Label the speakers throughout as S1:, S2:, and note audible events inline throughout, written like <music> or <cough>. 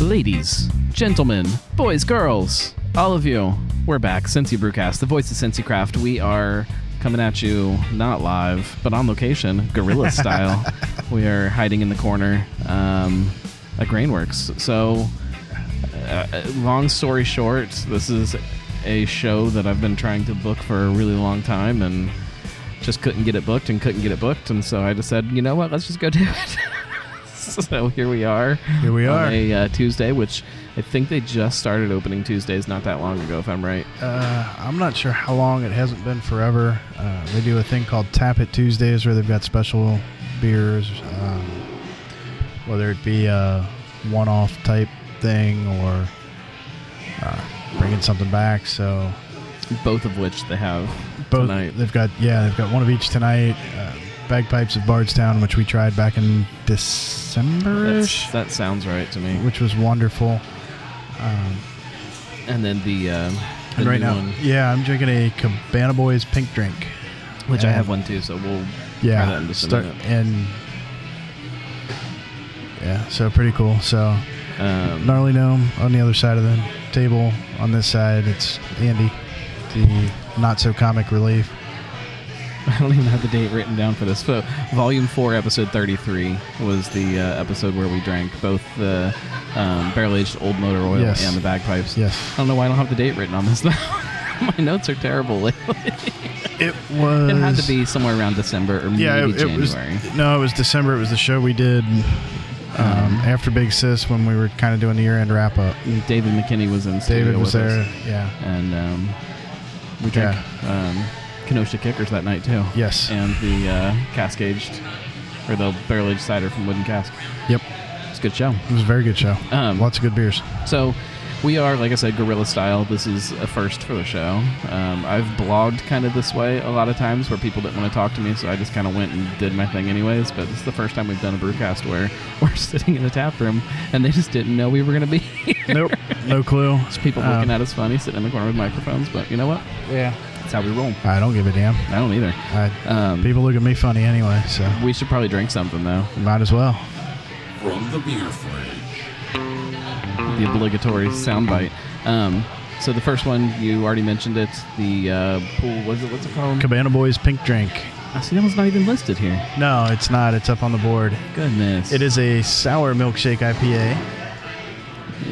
S1: ladies, gentlemen, boys, girls, all of you, we're back. Sensi Brewcast, the voice of Sensi Craft. We are coming at you not live, but on location, guerrilla style. we are hiding in the corner um, at Grainworks. So, uh, long story short, this is a show that I've been trying to book for a really long time and just couldn't get it booked and couldn't get it booked. And so I just said, you know what, let's just go do it. <laughs> so here we are.
S2: Here we
S1: on
S2: are.
S1: a uh, Tuesday, which I think they just started opening Tuesdays not that long ago, if I'm right.
S2: Uh, I'm not sure how long it hasn't been forever. Uh, they do a thing called Tap It Tuesdays where they've got special beers, um, whether it be a one off type thing or uh, bringing something back. So
S1: Both of which they have
S2: both
S1: tonight.
S2: they've got yeah they've got one of each tonight. Uh, Bagpipes of Bardstown, which we tried back in Decemberish,
S1: That's, that sounds right to me.
S2: which was wonderful. Um,
S1: And then the, um, the
S2: and right
S1: new
S2: now,
S1: one,
S2: yeah, I'm drinking a Cabana Boys Pink Drink.
S1: which I
S2: and-
S1: have one too. So we'll try that in
S2: yeah
S1: just a
S2: start
S1: minute.
S2: and yeah so pretty cool so
S1: Um,
S2: gnarly gnome on the other side of the table on this side it's andy the not so comic relief
S1: <laughs> I don't even have the date written down for this. But volume four, episode thirty-three was the uh, episode where we drank both the um, barrel-aged old motor oil
S2: Yes.
S1: and the bagpipes. I
S2: yes
S1: don't know why I don't have the date written on this now. <laughs> My notes are terrible. <laughs> lately.
S2: it was
S1: it had to be somewhere around December or maybe
S2: yeah it, it
S1: January.
S2: was no it was december it was the show we did
S1: Mm-hmm.
S2: um, after big sis when we were kind of doing the year-end wrap up
S1: David McKinney was in studio
S2: david was
S1: with
S2: there
S1: us,
S2: yeah
S1: and um, we drank um, Kenosha Kickers that night too.
S2: yes
S1: and the uh, cask aged or the barrel aged cider from Wooden Cask.
S2: yep
S1: It's a good show.
S2: it was a very good show
S1: Um,
S2: lots of
S1: <laughs>
S2: good beers
S1: So we are, like I said, guerrilla style. This is a first for the show. Um, I've blogged kind of this way a lot of times where people didn't want to talk to me, so I just kind of went and did my thing anyways. But this is the first time we've done a brewcast where <laughs> we're sitting in a tap room and they just didn't know we were going to be <laughs> here.
S2: nope no clue
S1: It's people
S2: Um,
S1: looking at us funny, sitting in the corner with microphones. But you know what?
S2: yeah
S1: That's how we roll.
S2: i don't give a damn
S1: I don't either.
S2: I,
S1: Um,
S2: People look at me funny anyway, so
S1: we should probably drink something though.
S2: might as well.
S3: From the beer fridge.
S1: the obligatory soundbite. Um, so the first one you already mentioned it. The uh, pool was it? What's it called?
S2: Cabana Boys Pink Drink.
S1: I see that one's not even listed here.
S2: No, it's not. It's up on the board.
S1: Goodness.
S2: It is a sour milkshake IPA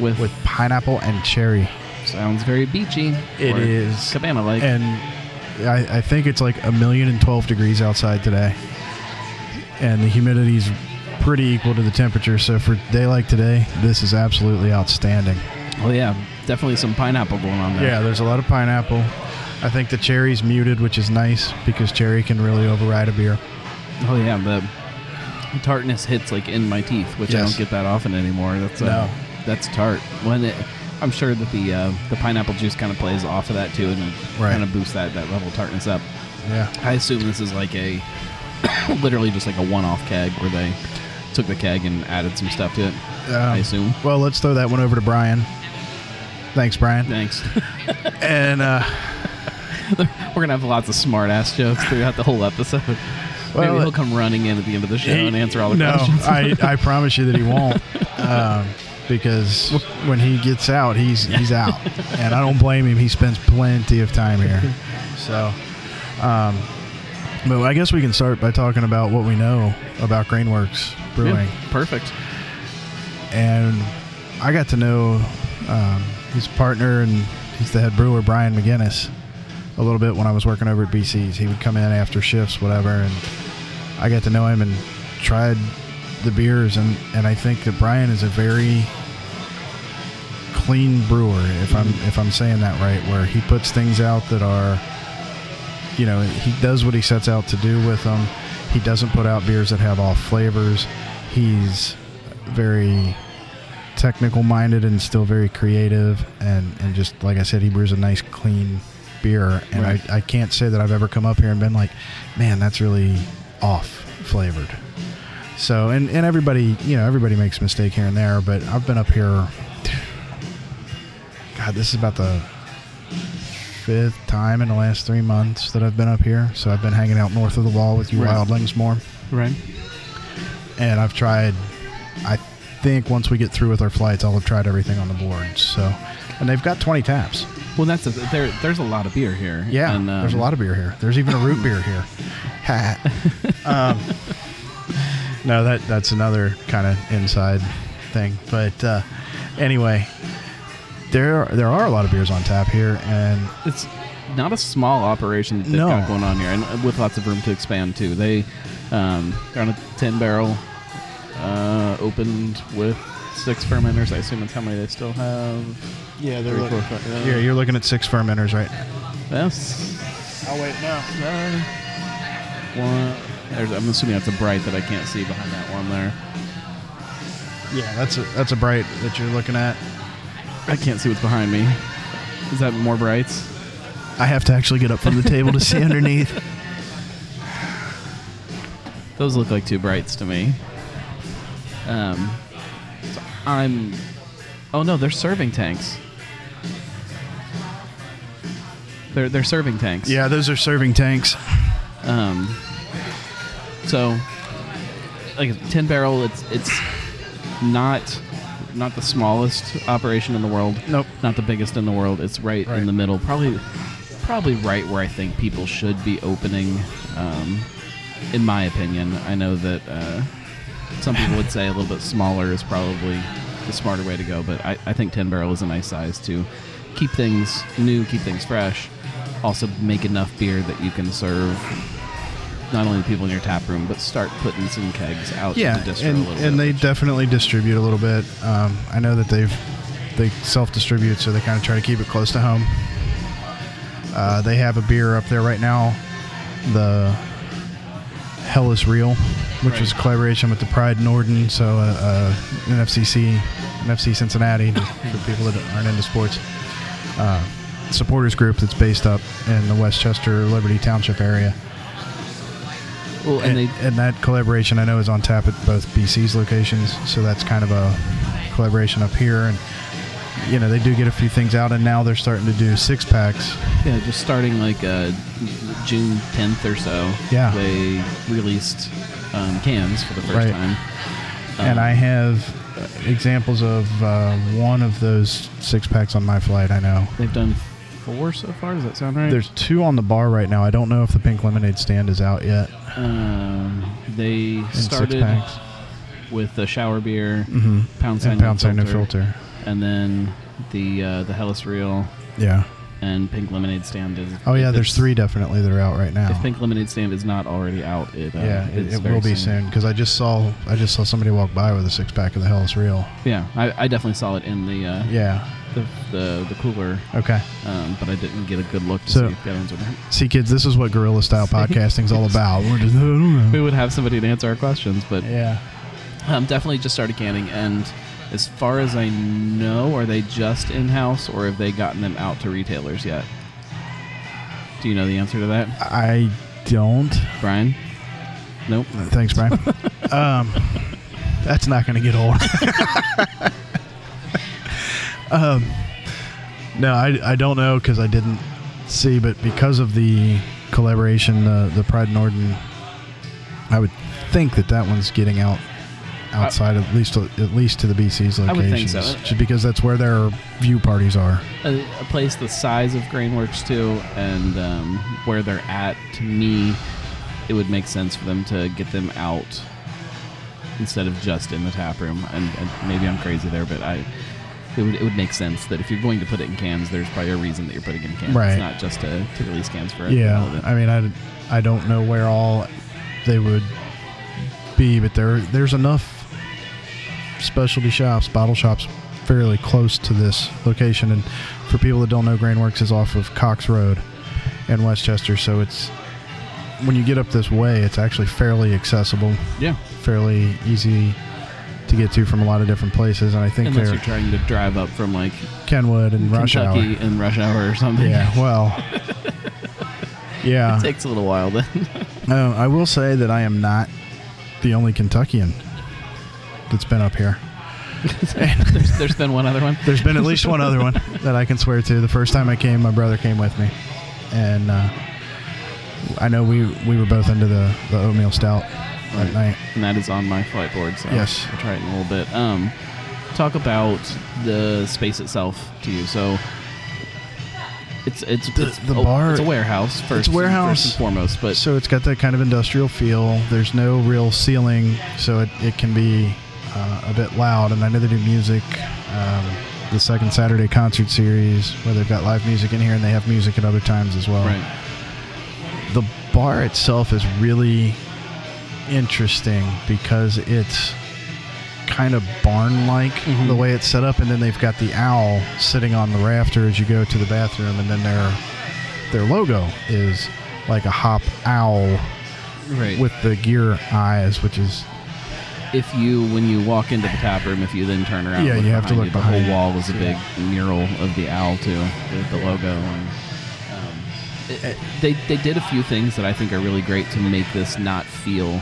S1: with,
S2: with pineapple and cherry.
S1: sounds very beachy.
S2: It
S1: or Oh,
S2: is.
S1: cabana like.
S2: And I, I think it's like a million and twelve degrees outside today. And the humidity's pretty equal to the temperature. So for a day like today, this is absolutely outstanding.
S1: Oh yeah, definitely some pineapple going on there.
S2: Yeah, there's a lot of pineapple. I think the cherry's muted, which is nice because cherry can really override a beer.
S1: Oh yeah, the tartness hits like in my teeth, which I
S2: Yes.
S1: don't get that often anymore. That's uh,
S2: No.
S1: that's tart. When it, I'm sure that the uh, the pineapple juice kind of plays off of that too, and
S2: Right.
S1: kind of boosts that that level of tartness up.
S2: Yeah.
S1: I assume this is like a <coughs> literally just like a one-off keg where they took the keg and added some stuff to it. I
S2: Um,
S1: assume.
S2: Well, let's throw that one over to Brian. Thanks, Brian.
S1: Thanks.
S2: And uh,
S1: We're gonna have lots of smart-ass jokes throughout the whole episode. Maybe
S2: <laughs> Well, uh,
S1: he'll come running in at the end of the show and answer all the
S2: no,
S1: questions.
S2: <laughs> I,
S1: <laughs>
S2: I promise you that he won't, um, because when he gets out, he's he's out, and I don't blame him. He spends plenty of time here, so. Um, but I guess we can start by talking about what we know about Grainworks
S1: Yeah,
S2: Brewing.
S1: perfect.
S2: and I got to know um, his partner and he's the head brewer Brian McGinnis a little bit when I was working over at BC's. He would come in after shifts, whatever, and I got to know him and tried the beers and and I think that Brian is a very clean brewer if I'm if I'm saying that right where he puts things out that are you know he does what he sets out to do with them he doesn't put out beers that have off flavors he's very technical minded and still very creative and and just like I said he brews a nice clean beer and
S1: Right.
S2: I, I can't say that I've ever come up here and been like man that's really off flavored so and and everybody you know everybody makes a mistake here and there but I've been up here God this is about the fifth time in the last three months that I've been up here so I've been hanging out north of the wall with you
S1: Right.
S2: wildlings more
S1: Right.
S2: and I've tried I think once we get through with our flights, I'll have tried everything on the board. So, and they've got 20 taps.
S1: Well, that's a, there. There's a lot of beer here.
S2: Yeah,
S1: and, um,
S2: there's a lot of beer here. There's even a root beer here.
S1: <laughs>
S2: Ha. um, no, that that's another kind of inside thing. But uh, anyway, there there are a lot of beers on tap here, and
S1: It's not a small operation that they've
S2: No.
S1: got going on here, and uh, with lots of room to expand too. They um, they're on a ten barrel, uh, opened with six fermenters. I assume that's how many they still have.
S2: yeah,
S1: Three, four, five. uh,
S2: you're, you're looking at six fermenters, right?
S1: That's
S2: I'll wait now.
S1: uh, one. There's, I'm assuming that's a bright that I can't see behind that one there.
S2: Yeah, that's a that's a bright that you're looking at.
S1: I can't see what's behind me. Is that more brights?
S2: I have to actually get up from the table to <laughs> see underneath.
S1: Those look like two brights to me. Um, so I'm. Oh no, they're serving tanks. They're they're serving tanks.
S2: Yeah, those are serving tanks.
S1: Um. So, like a ten barrel, it's it's not not the smallest operation in the world.
S2: Nope.
S1: Not the biggest in the world. It's right,
S2: Right.
S1: in the middle. Probably probably right where I think people should be opening. Um, in my opinion, I know that uh, some people would say a little bit smaller is probably the smarter way to go, but I, I think 10 barrel is a nice size to keep things new, keep things fresh, also make enough beer that you can serve not only the people in your tap room, but start putting some kegs out
S2: yeah,
S1: to the distro
S2: and,
S1: a little
S2: and
S1: bit.
S2: they definitely distribute a little bit. Um, I know that they've they self-distribute, so they kind of try to keep it close to home. Uh, they have a beer up there right now, the Hell is Real, which was a collaboration with the Pride Norden, so uh, uh, an FCC, an
S1: <laughs>
S2: FC Cincinnati, just for people that aren't into sports. Uh, supporters group that's based up in the Westchester Liberty Township area
S1: well, and
S2: and,
S1: they
S2: and that collaboration I know is on tap at both BC's locations, so that's kind of a collaboration up here. And you know they do get a few things out, and now they're starting to do six packs.
S1: Yeah, just starting like uh, June 10th or so.
S2: Yeah.
S1: They released um, cans for the first
S2: Right.
S1: time.
S2: and I have uh, examples of uh, one of those six packs on my flight. I know
S1: They've done four so far. Does that sound right?
S2: there's two on the bar right now. I don't know if the pink lemonade stand is out yet.
S1: um, they
S2: In six
S1: started
S2: packs.
S1: with the shower beer,
S2: Mm-hmm.
S1: pound sign,
S2: and pound
S1: no
S2: sign no filter.
S1: and then the uh, the Hellas Real
S2: Yeah.
S1: and Pink Lemonade Stand is.
S2: Oh yeah,
S1: if
S2: there's
S1: it's-
S2: three definitely that are out right now.
S1: If Pink Lemonade Stand is not already out, it uh,
S2: yeah, it,
S1: it's
S2: it
S1: very
S2: will be soon because I just saw I just saw somebody walk by with a six pack of the Hell is Real.
S1: Yeah, I, I definitely saw it in the uh,
S2: Yeah.
S1: the, the the cooler,
S2: Okay.
S1: um, but I didn't get a good look to
S2: So-
S1: see if that ones were there.
S2: See, kids, this is what guerrilla <laughs> style podcasting's all about. We're just, <laughs> I don't
S1: We
S2: know.
S1: would have somebody to answer our questions, but
S2: Yeah.
S1: um, definitely just started canning. And as far as I know, are they just in house, or have they gotten them out to retailers yet? Do you know the answer to that,
S2: I don't.
S1: Brian? Nope.
S2: Thanks, Brian. um, that's not going to get old. um, no, I, I don't know because I didn't see, but because of the collaboration, the the Pride Norden, I would think that that one's getting out outside at least at least to the BC's locations,
S1: I would think so.
S2: just because that's where their view parties are.
S1: a, a place the size of Grainworks too, and um, where they're at. To me, it would make sense for them to get them out instead of just in the tap room. And, and maybe I'm crazy there, but I it would it would make sense that if you're going to put it in cans, there's probably a reason that you're putting it in cans.
S2: Right.
S1: It's not just to, to release cans for it.
S2: Yeah, I mean, I, I don't know where all they would be, but there there's enough specialty shops, bottle shops, fairly close to this location. And for people that don't know, Grainworks is off of Cox Road in Westchester, so it's when you get up this way, it's actually fairly accessible,
S1: yeah.
S2: fairly easy to get to from a lot of different places. And I think
S1: Unless
S2: they're
S1: you're trying to drive up from like
S2: Kenwood and Rush Hour.
S1: Kentucky in rush hour or something.
S2: Yeah, well. Yeah.
S1: <laughs> It takes a little while then.
S2: Um, I will say that I am not the only Kentuckian that's been up here.
S1: <laughs> there's, there's been one other one.
S2: There's been at least one
S1: <laughs>
S2: other one that I can swear to. The first time I came, my brother came with me, and uh, I know we we were both into the, the oatmeal stout at night.
S1: and that is on my flight board. So
S2: Yes.
S1: I'll try it in a little bit. Um, talk about the space itself to you. So it's it's
S2: The-
S1: it's,
S2: the
S1: a-
S2: bar-
S1: It's a warehouse first. and-
S2: warehouse.
S1: first and foremost, but
S2: So it's got that kind of industrial feel. There's no real ceiling, so it, it can be uh, a bit loud. And I know they do music, um, the second Saturday concert series, where they've got live music in here and they have music at other times as well.
S1: right.
S2: The bar itself is really interesting because it's kind of barn like
S1: Mhm.
S2: the way it's set up. And then they've got the owl sitting on the rafter as you go to the bathroom. And then their, their logo is like a hop owl
S1: Right.
S2: with the gear eyes, which is
S1: if you when you walk into the tap room, if you then turn around,
S2: Yeah,
S1: and
S2: you have to
S1: behind
S2: look
S1: you, The whole
S2: behind you.
S1: wall was a big mural of the owl too, with the logo. And, um, it- it- they they did a few things that I think are really great to make this not feel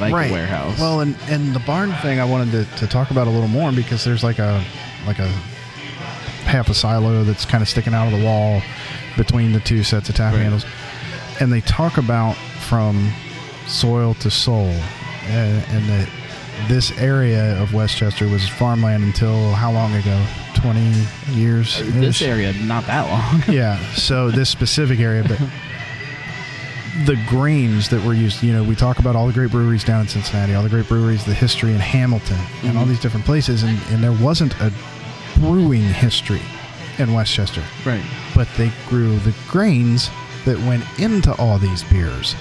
S1: like a warehouse.
S2: Well, and and the barn thing I wanted to, to talk about a little more because there's like a like a half a silo that's kind of sticking out of the wall between the two sets of tap
S1: Right.
S2: handles, and they talk about from soil to soul, and, and that this area of Westchester was farmland until how long ago? Twenty years.
S1: this area not that long.
S2: yeah. So this specific area, but the grains that were used, you know, we talk about all the great breweries down in Cincinnati, all the great breweries, the history in Hamilton, and all
S1: Mhm.
S2: these different places, and, and there wasn't a brewing history in Westchester,
S1: right.
S2: but they grew the grains that went into all these beers.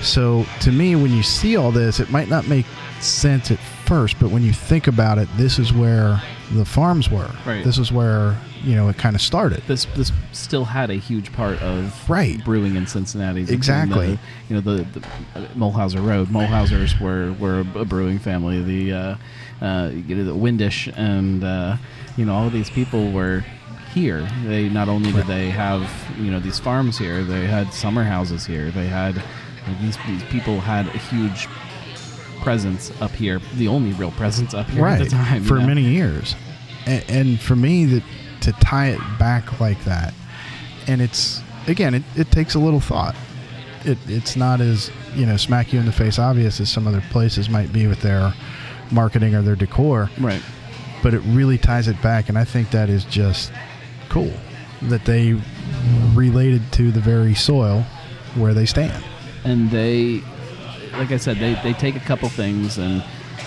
S2: So to me, when you see all this, it might not make sense at first, but when you think about it, this is where the farms were.
S1: Right.
S2: This is where, you know, it kind of started.
S1: This this still had a huge part of
S2: Right.
S1: brewing in Cincinnati. between
S2: Exactly.
S1: the- you know the, the uh, Mulhauser Road. Mulhausers were were a brewing family. The uh, uh, you know, the Windish and uh, you know all of these people were here. They not only did they have you know these farms here, they had summer houses here. They had these these people had a huge presence up here. The only real presence up here
S2: right
S1: at the time you
S2: for
S1: know?
S2: many years and, and for me that to tie it back like that and it's again it, it takes a little thought it, it's not as you know smack you in the face obvious as some other places might be with their marketing or their decor
S1: Right.
S2: but it really ties it back and i think that is just cool that they related to the very soil where they stand
S1: and they like i said they, they take a couple things and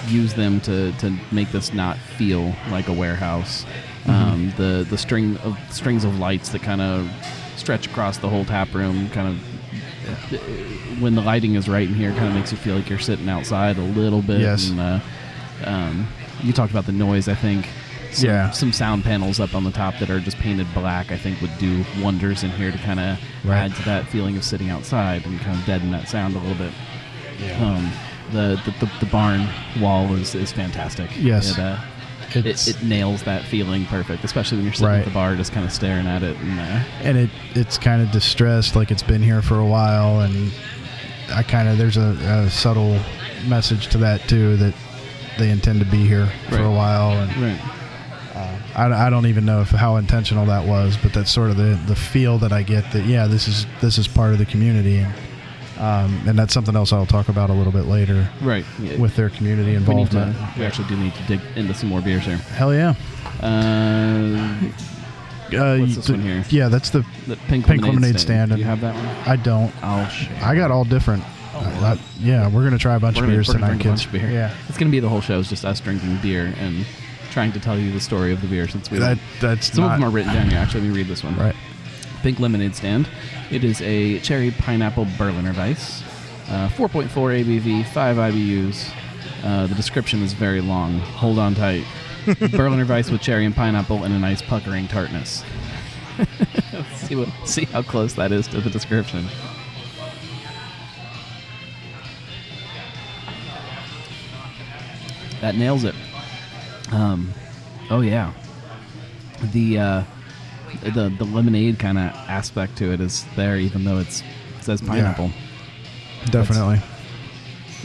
S1: use them to, to make this not feel like a warehouse
S2: Mm-hmm.
S1: um, the the string of strings of lights that kind of stretch across the whole tap room kind of when the lighting is right in here kind of makes you feel like you're sitting outside a little bit
S2: Yes.
S1: and, uh, um, you talked about the noise i think some,
S2: Yeah.
S1: some sound panels up on the top that are just painted black i think would do wonders in here to kind of
S2: Right.
S1: add to that feeling of sitting outside and kind of deaden that sound a little bit. Um, the, the, the, the barn wall is, is fantastic.
S2: Yes.
S1: It, uh, it,
S2: It's-
S1: it nails that feeling perfect, especially when you're sitting at
S2: Right.
S1: the bar just kind of staring at it. And, uh,
S2: and it it's kind of distressed like it's been here for a while and i kind of there's a, a subtle message to that too that they intend to be here for a
S1: Right.
S2: while and
S1: right.
S2: I, I don't even know if how intentional that was but that's sort of the the feel that i get that yeah this is this is part of the community and um, and that's something else i'll talk about a little bit later
S1: Right. Yeah.
S2: with their community
S1: we, need
S2: involvement
S1: to, we actually do need to dig into some more beers here.
S2: hell yeah
S1: Uh,
S2: <laughs> uh,
S1: What's this
S2: the-
S1: one here?
S2: yeah that's the
S1: the pink,
S2: Pink
S1: lemonade
S2: lemonade stand.
S1: Do you have that one?
S2: i don't
S1: I'll share.
S2: i got all different I- I- yeah Oh, we're gonna try a bunch
S1: We're
S2: of
S1: gonna-
S2: beers
S1: we're gonna
S2: tonight
S1: drink a
S2: kids
S1: bunch of beer.
S2: yeah
S1: It's going to be the whole show is just us drinking beer and trying to tell you the story of the beer since we
S2: That
S1: don't-
S2: that's
S1: Some
S2: not
S1: of them are written down here. Actually, let me read this one.
S2: right.
S1: Pink Lemonade Stand. It is a cherry pineapple Berliner Weiss. Uh, 4.4 ABV, 5 IBUs. Uh, the description is very long. Hold on
S2: <laughs>
S1: tight. Berliner Weiss with cherry and pineapple and a nice puckering tartness. <laughs> see, what, see how close that is to the description. That nails it. Um, oh, yeah. The. Uh, the the lemonade kind of aspect to it is there, even though it's it says pineapple.
S2: Definitely.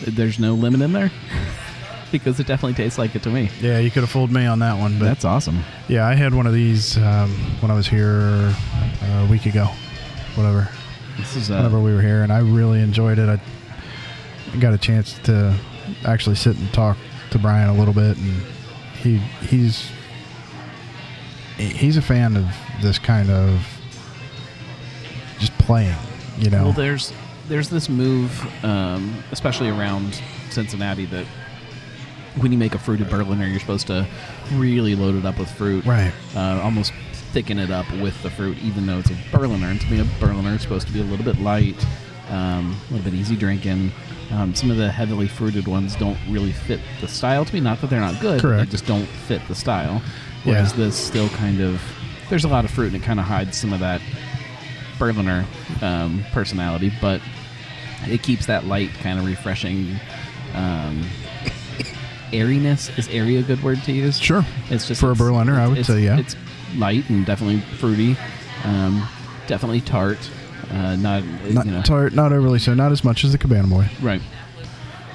S1: There's no lemon in there <laughs> because it definitely tastes like it to me.
S2: Yeah, you could have fooled me on that one, but
S1: That's awesome.
S2: yeah, I had one of these um, when I was here uh, a week ago, whatever,
S1: This is
S2: whenever
S1: uh,
S2: we were here, and I really enjoyed it. I got a chance to actually sit and talk to Brian a little bit, and he he's he's a fan of this kind of just playing, you know.
S1: Well, there's there's this move, um, especially around Cincinnati, that when you make a fruited Berliner, you're supposed to really load it up with fruit,
S2: Right.
S1: Uh, almost thicken it up with the fruit, even though it's a Berliner. And to me, a Berliner is supposed to be a little bit light, um, a little bit easy drinking. Um, some of the heavily fruited ones don't really fit the style to me. Not that they're not good, but they
S2: Correct.
S1: just don't fit the style. Whereas
S2: Yeah.
S1: this still kind of there's a lot of fruit and it kind of hides some of that Berliner um, personality, but it keeps that light, kind of refreshing um, airiness. Is airy a good word to use?
S2: Sure.
S1: It's just
S2: For a
S1: it's-
S2: Berliner,
S1: it's-
S2: I would
S1: it's-
S2: say, yeah.
S1: It's light and definitely fruity, um, definitely tart. Uh, not uh,
S2: not
S1: you know,
S2: tart, not overly so, not as much as the Cabana Boy.
S1: Right.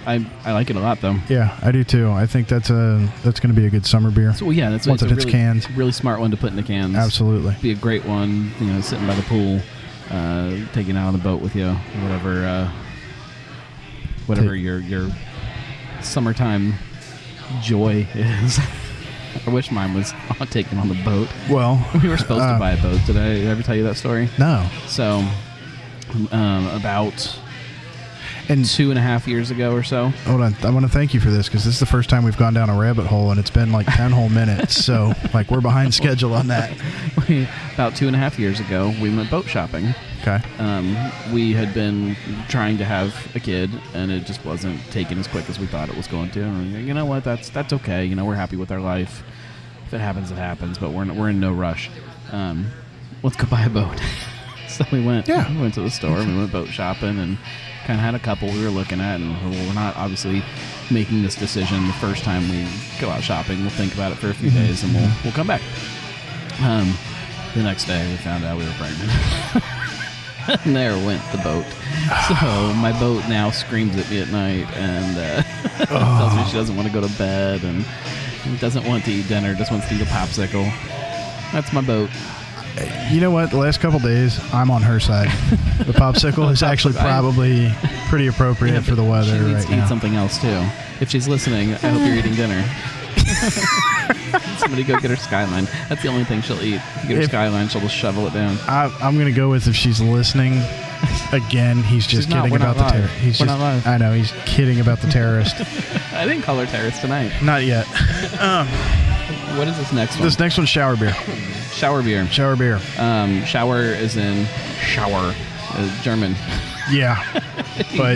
S1: I I like it a lot though.
S2: Yeah, I do too. I think that's a that's going to be a good summer beer.
S1: So well, yeah, that's
S2: Once
S1: it's
S2: it
S1: a
S2: hits
S1: really,
S2: cans.
S1: really smart one to put in the cans.
S2: Absolutely.
S1: be a great one. You know, sitting by the pool, uh, taking out on the boat with you, or whatever, uh, whatever
S2: Take-
S1: your your summertime joy is. <laughs> I wish mine was <laughs> on taken on the boat.
S2: Well,
S1: <laughs> We were supposed
S2: uh,
S1: to buy a boat. Did I ever tell you that story?
S2: No,
S1: So, um, about
S2: and
S1: two and a half years ago or so, <laughs>
S2: hold on. I want to thank you for this because this is the first time we've gone down a rabbit hole, and it's been like ten whole minutes.
S1: <laughs>
S2: So like we're behind schedule on that.
S1: we, about two and a half years ago, we went boat shopping.
S2: Okay.
S1: um, we had been trying to have a kid, and it just wasn't taking as quick as we thought it was going to. And we're like, you know what? That's that's okay. You know, we're happy with our life. If it happens, it happens. But we're in, we're in no rush. Um, let's go buy a boat. <laughs> so we went.
S2: Yeah.
S1: we went to the store. and We went boat shopping and kind of had a couple we were looking at, and well, we're not obviously making this decision the first time we go out shopping. We'll think about it for a few days, and we'll we'll come back. Um, the next day, we found out we were pregnant. <laughs> And there went the boat. So my boat now screams at me at night and uh, <laughs> tells me she doesn't want to go to bed and doesn't want to eat dinner, just wants to eat a popsicle. That's my boat.
S2: You know what? The last couple days, I'm on her side. The
S1: <laughs>
S2: popsicle is actually probably pretty appropriate for the weather
S1: She needs
S2: right
S1: to eat
S2: now.
S1: something else too. If she's listening, I hope you're eating
S2: <laughs>
S1: dinner. Somebody go get her skyline. That's the only thing she'll eat. If you get her
S2: If-
S1: skyline, she'll just shovel it down.
S2: I, I'm gonna go with if she's listening. Again, he's just
S1: not.
S2: kidding
S1: We're not
S2: about the
S1: live.
S2: terrorist. He's
S1: We're
S2: just,
S1: not live.
S2: I know he's kidding about
S1: <laughs>
S2: the terrorist.
S1: I didn't call her terrorist tonight.
S2: not yet.
S1: What is this next one?
S2: This next one's shower beer.
S1: shower beer.
S2: Shower beer.
S1: Um, shower is in shower, uh, German.
S2: Yeah, But-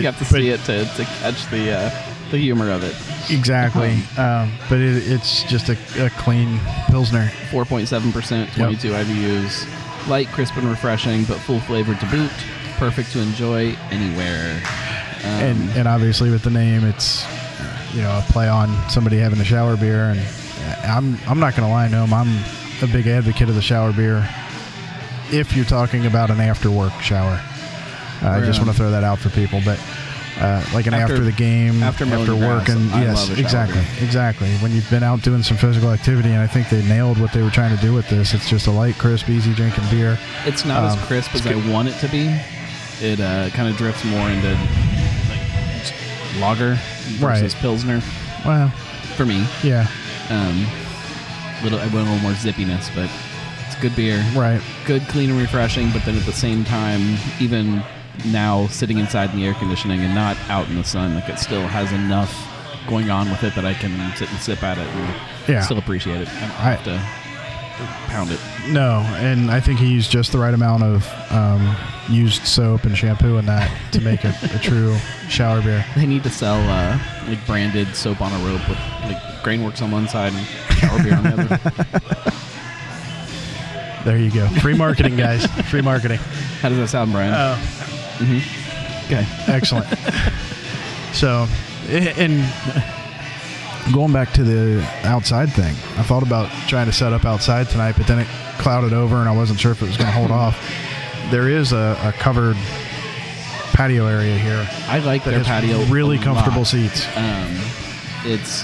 S1: <laughs> you have to
S2: but-
S1: see it to, to catch the uh, the humor of it. <laughs>
S2: exactly. Um, but it, it's just a, a clean pilsner.
S1: 4.7%, 22 IBUs, light, crisp, and refreshing, but full flavored to boot. Perfect to enjoy anywhere.
S2: and and obviously with the name, it's you know a play on somebody having a shower beer. And uh, I'm I'm not gonna lie, Noam, I'm a big advocate of the shower beer. If you're talking about an after work shower, uh, I
S1: Or,
S2: just
S1: um,
S2: want to throw that out for people. But uh, like an after,
S1: After-
S2: the game,
S1: after mowing the
S2: work,
S1: grass,
S2: and
S1: I
S2: yes,
S1: love a shower
S2: exactly,
S1: beer.
S2: exactly. When you've been out doing some physical activity, and I think they nailed what they were trying to do with this. It's just a light, crisp, easy drinking beer.
S1: It's not
S2: Um,
S1: as crisp
S2: it's
S1: as I want it to be. It uh, kind of drifts more into like, lager
S2: Right.
S1: versus Pilsner
S2: Well,
S1: for me.
S2: yeah,
S1: Um, little, I want a little more zippiness, but it's good beer.
S2: right.
S1: good, clean, and refreshing, but then at the same time, even now sitting inside in the air conditioning and not out in the sun, like it still has enough going on with it that I can sit and sip at it and
S2: Yeah.
S1: still appreciate it. I don't
S2: I-
S1: have to pound it.
S2: No, and I think he used just the right amount of um, used soap and shampoo and that to make a, a true shower beer.
S1: They need to sell uh, like branded soap on a rope with like Grainworks on one side and shower beer on the
S2: <laughs>
S1: other.
S2: There you go. Free marketing, guys. Free marketing.
S1: How does that sound, Brian?
S2: Oh,
S1: okay.
S2: excellent. So, a- and going back to the outside thing, I thought about trying to set up outside tonight, but then it clouded over and I wasn't sure if it was going to hold off. There is a, a covered patio area here
S1: I like
S2: that
S1: their
S2: has
S1: patio.
S2: really
S1: a
S2: comfortable
S1: lot.
S2: seats.
S1: Um, it's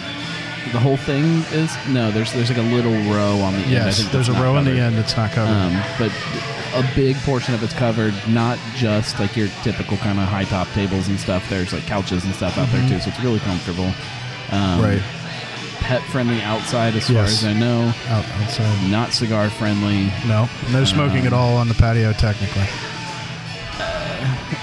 S1: the whole thing is? No, there's there's like a little row on the end. I
S2: Yes,
S1: think
S2: there's a
S1: that's not
S2: row in the
S1: covered.
S2: end that's not covered.
S1: Um, but a big portion of it's covered, not just like your typical kind of high top tables and stuff. There's like couches and stuff out there too, so it's really comfortable. Um,
S2: Mm-hmm. right
S1: Pet friendly outside, as far
S2: Yes.
S1: as I know.
S2: out, outside.
S1: Not cigar friendly.
S2: No,
S1: Uh,
S2: no smoking at all on the patio. Technically,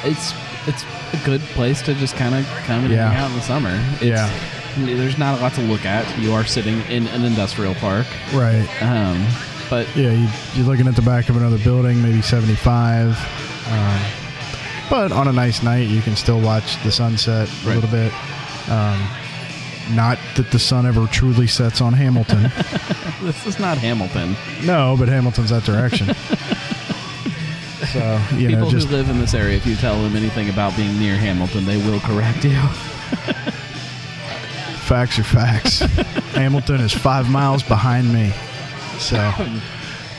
S1: It's it's a good place to just kind of come and
S2: Yeah.
S1: hang out in the summer. It's,
S2: Yeah.
S1: There's not a lot to look at. You are sitting in an industrial park.
S2: right?
S1: Um, but
S2: Yeah, you, you're looking at the back of another building, maybe 75. Um, but on a nice night, you can still watch the sunset a
S1: Right.
S2: little bit. Um, not that the sun ever truly sets on
S1: <laughs>
S2: Hamilton.
S1: this is not Hamilton.
S2: no, but Hamilton's that direction.
S1: <laughs>
S2: so you
S1: People
S2: know, just
S1: who live in this area, if you tell them anything about being near Hamilton, they will correct you.
S2: facts are <laughs> facts. Hamilton is five miles behind me. So <laughs>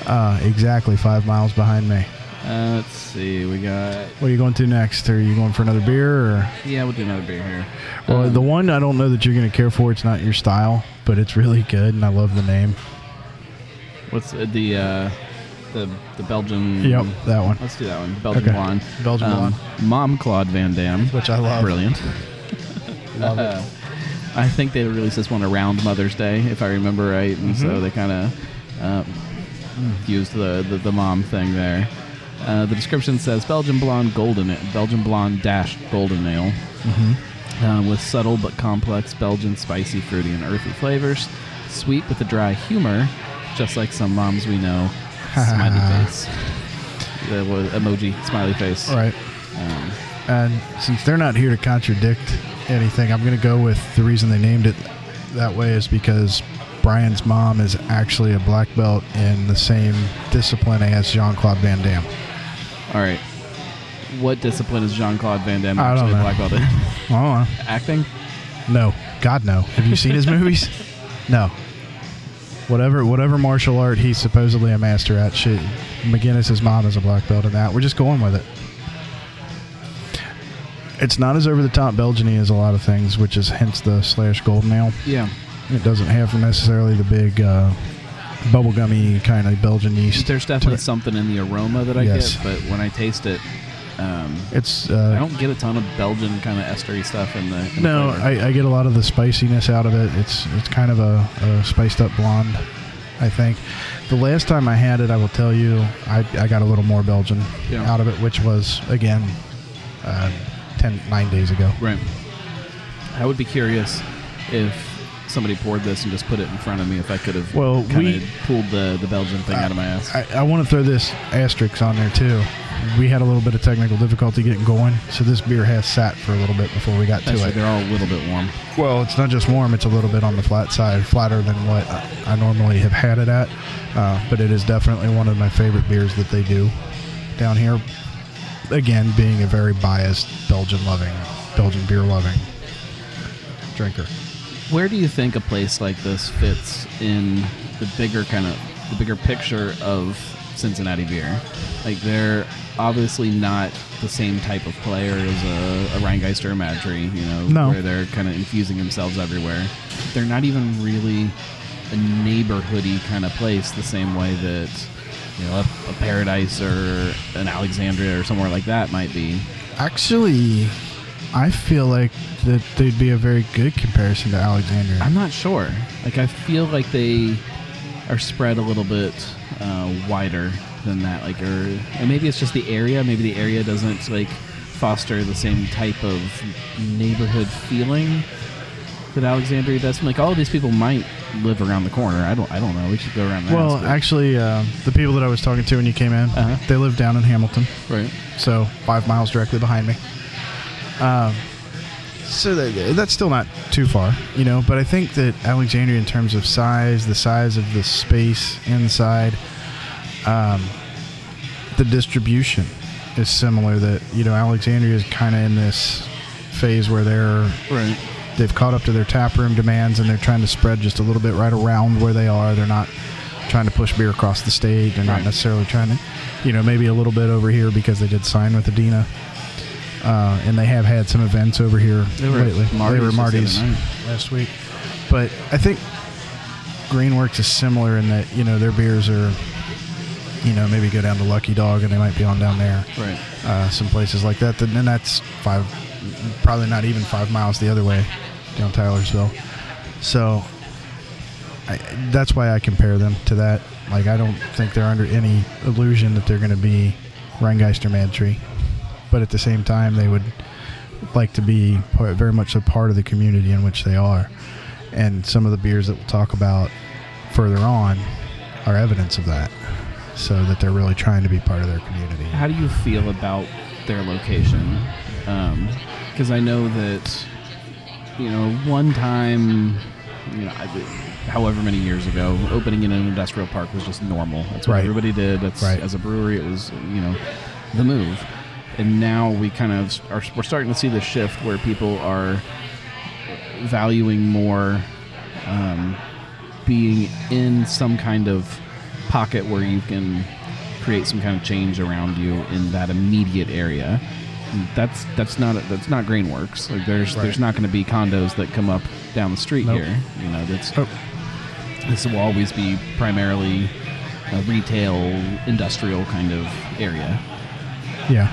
S2: uh, exactly five miles behind me.
S1: Uh, let's see, we got.
S2: What are you going to next? Are you going for another beer or? Um,
S1: Yeah, we'll do another beer here.
S2: Well, the one I don't know that you're going to care for. It's not your style, but it's really good, and I love the name.
S1: What's uh, the uh, the the Belgian?
S2: Yep, that one,
S1: Let's do that one. Belgian
S2: Okay.
S1: blonde.
S2: Belgian
S1: Um, Mom Claude Van Damme,
S2: which I love.
S1: brilliant.
S2: Love it.
S1: Uh, I think they released this one around Mother's Day, if I remember right, and
S2: Mm-hmm.
S1: so they kind of uh, used the, the the mom thing there. Uh, the description says Belgian blonde golden Belgian blonde dash golden ale.
S2: Mm-hmm.
S1: um, with subtle but complex Belgian spicy, fruity, and earthy flavors, sweet with a dry humor, just like some moms we know.
S2: <laughs>
S1: smiley face. The wa- emoji smiley face.
S2: All right.
S1: Um,
S2: And since they're not here to contradict anything, I'm going to go with the reason they named it that way is because Brian's mom is actually a black belt in the same discipline as Jean Claude Van Damme.
S1: all right. What discipline is Jean Claude Van Damme
S2: I don't
S1: actually
S2: know.
S1: black belt in?
S2: <laughs> Oh,
S1: Acting?
S2: no, God no. Have you seen
S1: <laughs>
S2: his movies? No. Whatever, whatever martial art he's supposedly a master at, she, McGinnis's mom is a black belt in that. We're just going with it. It's not as over the top Belgian as a lot of things, which is hence the slash gold nail.
S1: Yeah.
S2: It doesn't have necessarily the big uh, bubblegummy kind of Belgian yeast.
S1: There's
S2: to
S1: definitely
S2: it.
S1: something in the aroma that I
S2: Yes.
S1: get, but when I taste it, um,
S2: It's
S1: I
S2: uh,
S1: don't get a ton of Belgian kind of estery stuff in the. in the
S2: no,
S1: flavor.
S2: I, I get a lot of the spiciness out of it. It's it's kind of a, a spiced up blonde, I think. The last time I had it, I will tell you, I, I got a little more Belgian
S1: Yeah.
S2: out of it, which was again uh, 10, nine days ago.
S1: Right. I would be curious if somebody poured this and just put it in front of me if I could have
S2: Well,
S1: kinda
S2: we-
S1: pulled the, the Belgian thing out of my ass.
S2: I, I want to throw this asterisk on there too. We had a little bit of technical difficulty getting going, so this beer has sat for a little bit before we got to
S1: Actually,
S2: it.
S1: they're all a little bit warm.
S2: Well, it's not just warm; it's a little bit on the flat side, flatter than what I I normally have had it at. Uh, but it is definitely one of my favorite beers that they do down here. Again, being a very biased Belgian loving, Belgian beer loving drinker.
S1: Where do you think a place like this fits in the bigger kind of the bigger picture of Cincinnati beer? Like they're obviously not the same type of player as a, a Rheingeist or a Madry, you know,
S2: No.
S1: where they're kind of infusing themselves everywhere. They're not even really a neighborhoody kind of place the same way that you know a, a Paradise or an Alexandria or somewhere like that might be.
S2: Actually, I feel like that they'd be a very good comparison to Alexandria.
S1: I'm not sure. Like I feel like they are spread a little bit uh, wider than that. Like, or and maybe it's just the area. Maybe the area doesn't like foster the same type of neighborhood feeling that Alexandria does. Like all of these people might live around the corner. I don't. I don't know. We should go around. and
S2: well,
S1: ask, but-
S2: actually, uh, the people that I was talking to when you came in,
S1: Uh-huh.
S2: they live down in Hamilton.
S1: right.
S2: so five miles directly behind me. Um, so that, that's still not too far, you know. But I think that Alexandria, in terms of size, the size of the space inside, um, the distribution is similar. That you know, Alexandria is kind of in this phase where they're
S1: Right.
S2: they've caught up to their tap room demands and they're trying to spread just a little bit right around where they are. They're not trying to push beer across the state. They're
S1: Right.
S2: not necessarily trying to, you know, maybe a little bit over here because they did sign with Adina. Uh, and they have had some events over here
S1: They were at
S2: lately.
S1: Marty's
S2: they were
S1: just the other
S2: Marty's
S1: night.
S2: last week. But I think Greenworks is similar in that you know their beers are, you know, maybe go down to Lucky Dog and they might be on down there,
S1: Right.
S2: uh, some places like that. Then and that's five, probably not even five miles the other way, down Tylersville. So I, that's why I compare them to that. Like I don't think they're under any illusion that they're going to be Rheingeister Mad Tree, but at the same time they would like to be part, very much a part of the community in which they are. And some of the beers that we'll talk about further on are evidence of that. So that they're really trying to be part of their community.
S1: How do you feel about their location? Because I know that, you know, one time, you know, I- however many years ago, opening in an industrial park was just normal. That's what
S2: Right.
S1: everybody did. That's
S2: Right.
S1: as a brewery, it was you know, the move. And now we kind of s- are we're starting to see the shift where people are valuing more um, being in some kind of pocket where you can create some kind of change around you in that immediate area. That's that's not that's not Greenworks. Like there's
S2: Right.
S1: there's not going to be condos that come up down the street
S2: Nope.
S1: here. You know that's
S2: Oh,
S1: this will always be primarily a retail industrial kind of area.
S2: yeah.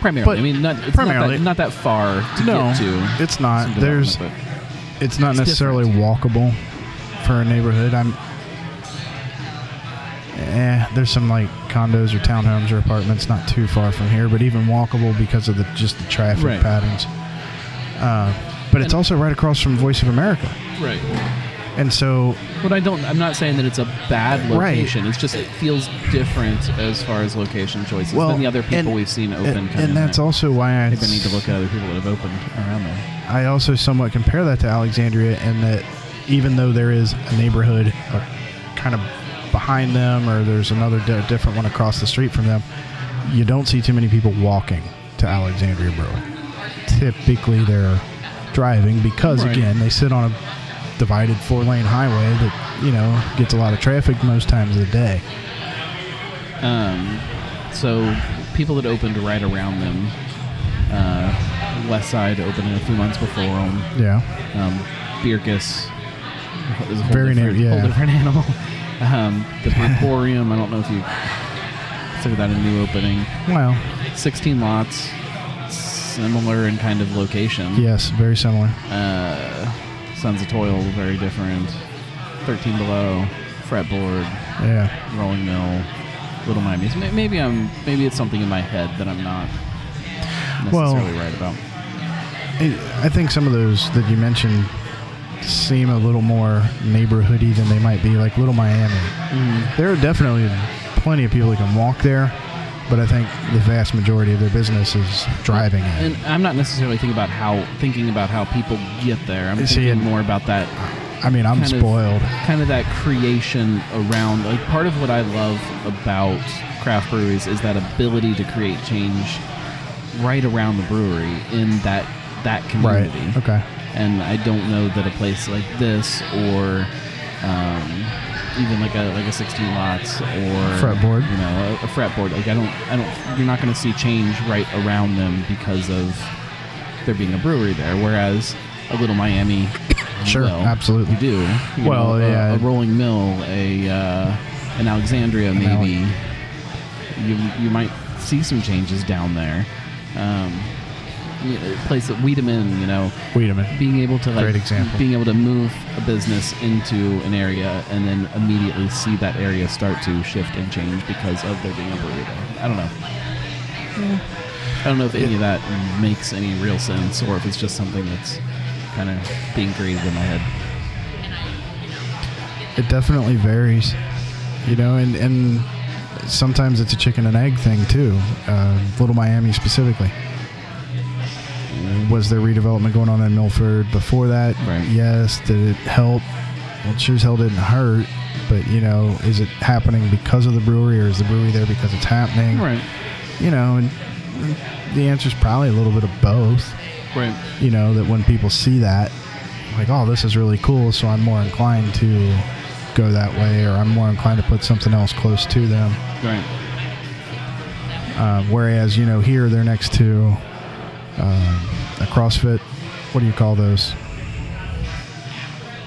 S1: Primarily,
S2: But
S1: I mean, not it's
S2: primarily-
S1: not, that, not that far to
S2: No,
S1: get to.
S2: it's not.
S1: some development,
S2: There's-
S1: but-
S2: It's not
S1: It's
S2: necessarily walkable for a neighborhood. I'm Eh, there's some like condos or townhomes or apartments not too far from here, but even walkable because of the just the traffic
S1: Right.
S2: patterns. Uh, but it's
S1: And-
S2: also right across from Voice of America,
S1: right.
S2: and so
S1: But I don't. I'm not saying that it's a bad
S2: Right.
S1: location. It's just it feels different as far as location choices
S2: well,
S1: than the other people
S2: and-
S1: we've seen open.
S2: and,
S1: come in
S2: and that's
S1: there.
S2: also why I
S1: Maybe I need to look at other people that have opened around there.
S2: I also somewhat compare that to Alexandria in that even though there is a neighborhood uh, kind of behind them or there's another di- different one across the street from them, you don't see too many people walking to Alexandria Brewing. Typically they're driving because
S1: Right.
S2: again they sit on a divided four lane highway that you know gets a lot of traffic most times of the day.
S1: Um, so people that opened right around them. Uh, West Side opened a few months before them.
S2: Yeah,
S1: um, Birkus is a whole
S2: Very
S1: different,
S2: near- yeah.
S1: whole different <laughs> animal. Um, the Emporium, I don't know if you consider that a new opening.
S2: well,
S1: 16 lots, similar in kind of location.
S2: yes, very similar.
S1: Uh, Sons of Toil, very different. 13 Below, Fretboard,
S2: Yeah,
S1: Rolling Mill, Little Miami's. May- Maybe I'm maybe it's something in my head that I'm not
S2: Well-
S1: necessarily right about.
S2: I I think some of those that you mentioned seem a little more neighborhoody than they might be, like Little Miami.
S1: Mm-hmm.
S2: There are definitely plenty of people that can walk there, but I think the vast majority of their business is driving it.
S1: And I'm not necessarily thinking about how thinking about how people get there. I'm
S2: See,
S1: thinking
S2: and-
S1: more about that
S2: I mean, I'm
S1: kind of-
S2: spoiled.
S1: kind of that creation around. Like part of what I love about craft breweries is that ability to create change right around the brewery in that that
S2: Right.
S1: community.
S2: Okay.
S1: And I don't know that a place like this or um, even like a like a 16 lots or
S2: Fretboard.
S1: you know, a, a fretboard. Like I don't, I don't. You're not going to see change right around them because of there being a brewery there. Whereas a little Miami, you
S2: <coughs> Sure,
S1: will.
S2: absolutely.
S1: you do. You
S2: Well,
S1: know, a-
S2: yeah.
S1: a, rolling mill, a uh, an Alexandria,
S2: Ale-
S1: maybe. you you might see some changes down there. Um, you know, a place that Wiedemann, you know,
S2: Wait a minute.
S1: being able to like
S2: Great example.
S1: being able to move a business into an area and then immediately see that area start to shift and change because of there being a brewery there. I don't know. I don't know if any of that makes any real sense or if it's just something that's kind of being created in my head.
S2: It definitely varies, you know, and and sometimes it's a chicken and egg thing too. Uh, Little Miami specifically. Was there redevelopment going on in Milford before that?
S1: Right.
S2: Yes. Did it help? Well, it sure as hell didn't hurt. But you know, is it happening because of the brewery, or is the brewery there because it's happening? You know, and the answer is probably a little bit of both
S1: Right.
S2: you know that when people see that like oh this is really cool so i'm more inclined to go that way or i'm more inclined to put something else close to them
S1: Right.
S2: uh, whereas you know here they're next to um, a crossfit what do you call those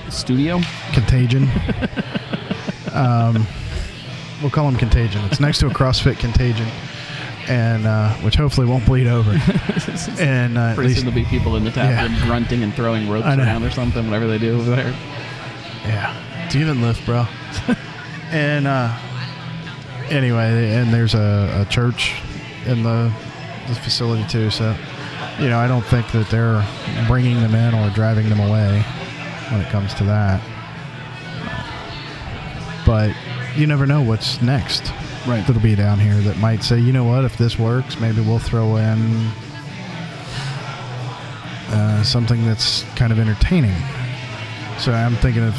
S1: studio.
S2: Contagion. <laughs> um, we'll call them Contagion. It's next to a CrossFit Contagion, and uh, which hopefully won't bleed over. And uh, at
S1: Pretty
S2: least,
S1: soon there'll be people in the tap
S2: Yeah.
S1: room grunting and throwing ropes
S2: I know.
S1: around or something, whatever they do over there.
S2: yeah, do you even lift, bro? <laughs> and uh, anyway, and there's a, a church in the, the facility too. So, you know, I don't think that they're bringing them in or driving them away when it comes to that. But you never know what's next.
S1: Right.
S2: that'll be down here that might say, you know what, if this works, maybe we'll throw in uh, something that's kind of entertaining. So I'm thinking of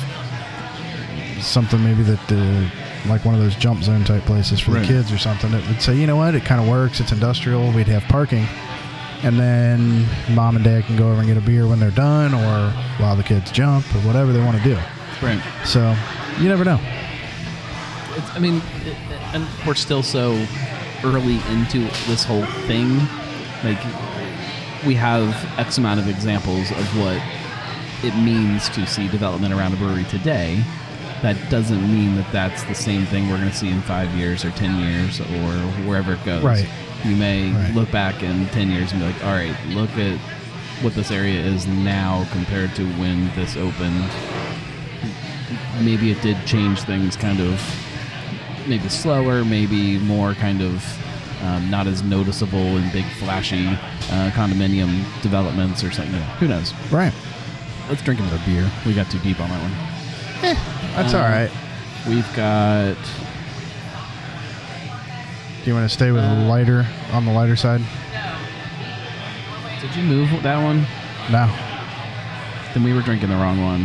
S2: something maybe that, uh, like one of those jump zone type places for
S1: Right.
S2: the kids or something that would say, you know what, it kind of works, it's industrial, we'd have parking. And then mom and dad can go over and get a beer when they're done or while the kids jump or whatever they want to do.
S1: Right.
S2: So you never know.
S1: It's, I mean, it, it- and we're still so early into this whole thing. Like, we have X amount of examples of what it means to see development around a brewery today. That doesn't mean that that's the same thing we're going to see in five years or ten years or wherever it goes.
S2: Right.
S1: You may
S2: Right.
S1: look back in ten years and be like, "All right, look at what this area is now compared to when this opened." maybe it did change things kind of maybe slower, maybe more kind of um, not as noticeable and big flashy uh, condominium developments or something. Who knows?
S2: Right.
S1: Let's drink another beer. We got too deep on that one.
S2: That's
S1: Um,
S2: all right.
S1: We've got
S2: Do you want to stay with
S1: Uh,
S2: a lighter on the lighter side?
S1: did you move that one?
S2: No.
S1: Then we were drinking the wrong one.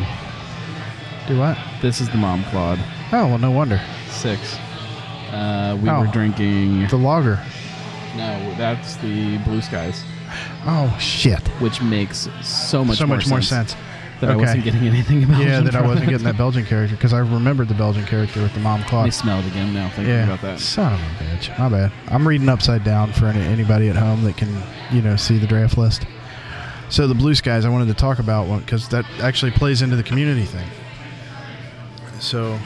S2: Do what?
S1: This is the Mom Claude
S2: Oh well, no wonder.
S1: six. Uh, we
S2: Oh.
S1: were drinking.
S2: The logger.
S1: no, that's the Blue Skies,
S2: Oh shit.
S1: which makes so much
S2: so
S1: more
S2: much more sense.
S1: that I
S2: Okay.
S1: wasn't getting anything about.
S2: Yeah, that
S1: <laughs>
S2: I wasn't
S1: that.
S2: getting that Belgian character because I remembered the Belgian character with the mom
S1: I
S2: clock.
S1: smell it again now thinking
S2: Yeah.
S1: about that.
S2: Son of a bitch. My bad. I'm reading upside down for any, anybody at home that can you know see the draft list. So the blue skies I wanted to talk about one because that actually plays into the community thing. So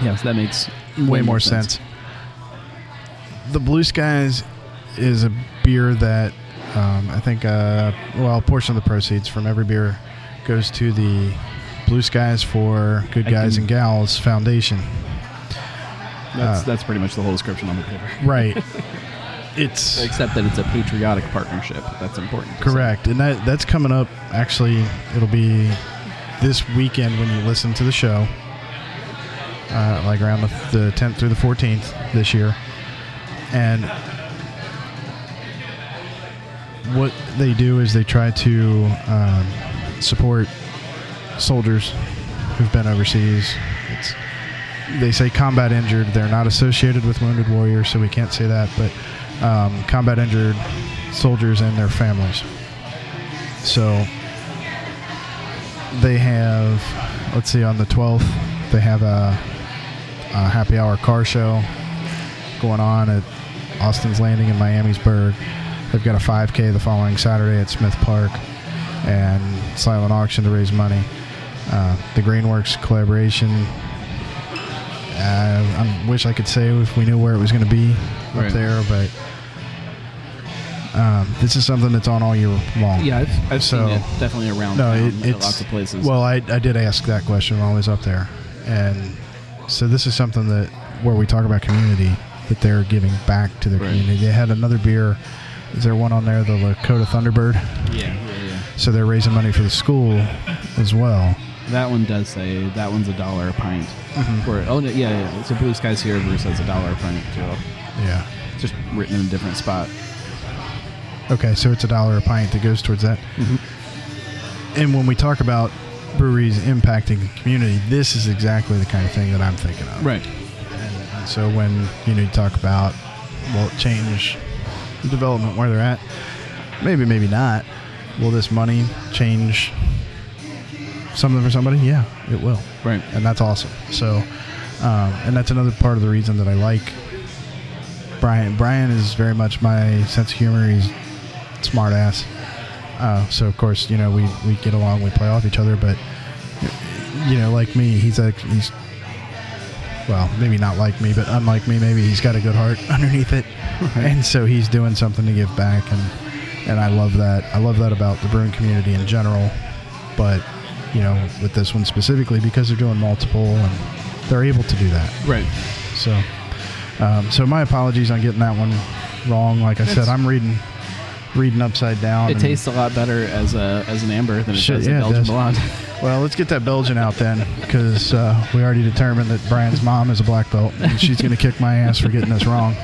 S1: Yes, that makes
S2: way more sense. The Blue Skies is a beer that um, I think, uh, well, a portion of the proceeds from every beer goes to the Blue Skies for Good
S1: I
S2: Guys
S1: can-
S2: and Gals Foundation.
S1: That's
S2: Uh,
S1: that's pretty much the whole description on the paper. <laughs>
S2: Right. it's
S1: Except that it's a patriotic partnership. That's important. to say.
S2: correct. And that, that's coming up, actually, it'll be this weekend when you listen to the show, uh, like around the, the 10th through the 14th this year. And what they do is they try to um, support soldiers who've been overseas. It's, they say combat injured. They're not associated with wounded warriors, so we can't say that. But um, combat injured soldiers and their families. So they have, let's see, on the 12th, they have a, a happy hour car show going on at Austin's Landing in Miamisburg. They've got a 5K the following Saturday at Smith Park and silent auction to raise money. Uh, the Greenworks collaboration. Uh, I wish I could say if we knew where it was going to be up
S1: Right.
S2: there, but um, this is something that's on all year long.
S1: Yeah, I've, I've
S2: So-
S1: seen it definitely around
S2: No,
S1: town
S2: it,
S1: at
S2: it's
S1: lots of places.
S2: Well, I, I did ask that question when I was up there, and so this is something that where we talk about community that they're giving back to their
S1: Right.
S2: community. They had another beer. Is there one on there? The Lakota Thunderbird.
S1: yeah, yeah, yeah.
S2: So they're raising money for the school as well.
S1: That one does say that one's a dollar a pint.
S2: Mm-hmm.
S1: Or oh no, yeah, yeah. So Blue Skies Hero Brew says a dollar a pint too.
S2: Yeah.
S1: It's just written in a different spot.
S2: Okay, so it's a dollar a pint that goes towards that.
S1: Mm-hmm.
S2: And when we talk about breweries impacting the community, this is exactly the kind of thing that I'm thinking of.
S1: Right.
S2: And so when you know you talk about will it change the development where they're at? Maybe, maybe not. Will this money change something for somebody? Yeah, it will.
S1: Right.
S2: And that's awesome. So, um, and that's another part of the reason that I like Brian. Brian is very much my sense of humor. He's smart ass. Uh, so of course, you know, we, we get along, we play off each other, but you know, like me, he's like he's well, maybe not like me, but unlike me, maybe he's got a good heart <laughs> underneath it, and so he's doing something to give back, and and I love that. I love that about the brewing community in general, but you know, with this one specifically because they're doing multiple and they're able to do that.
S1: Right.
S2: So, um, so my apologies on getting that one wrong. Like I said,
S1: That's-
S2: I'm reading reading upside down.
S1: It
S2: and-
S1: tastes a lot better as a as an amber than it
S2: Mm-hmm. Shit,
S1: does a
S2: yeah, it
S1: Belgian
S2: does.
S1: blonde. <laughs>
S2: Well, let's get that Belgian out then, because uh, we already determined that Brian's mom is a black belt, and she's going to kick my ass for getting this wrong.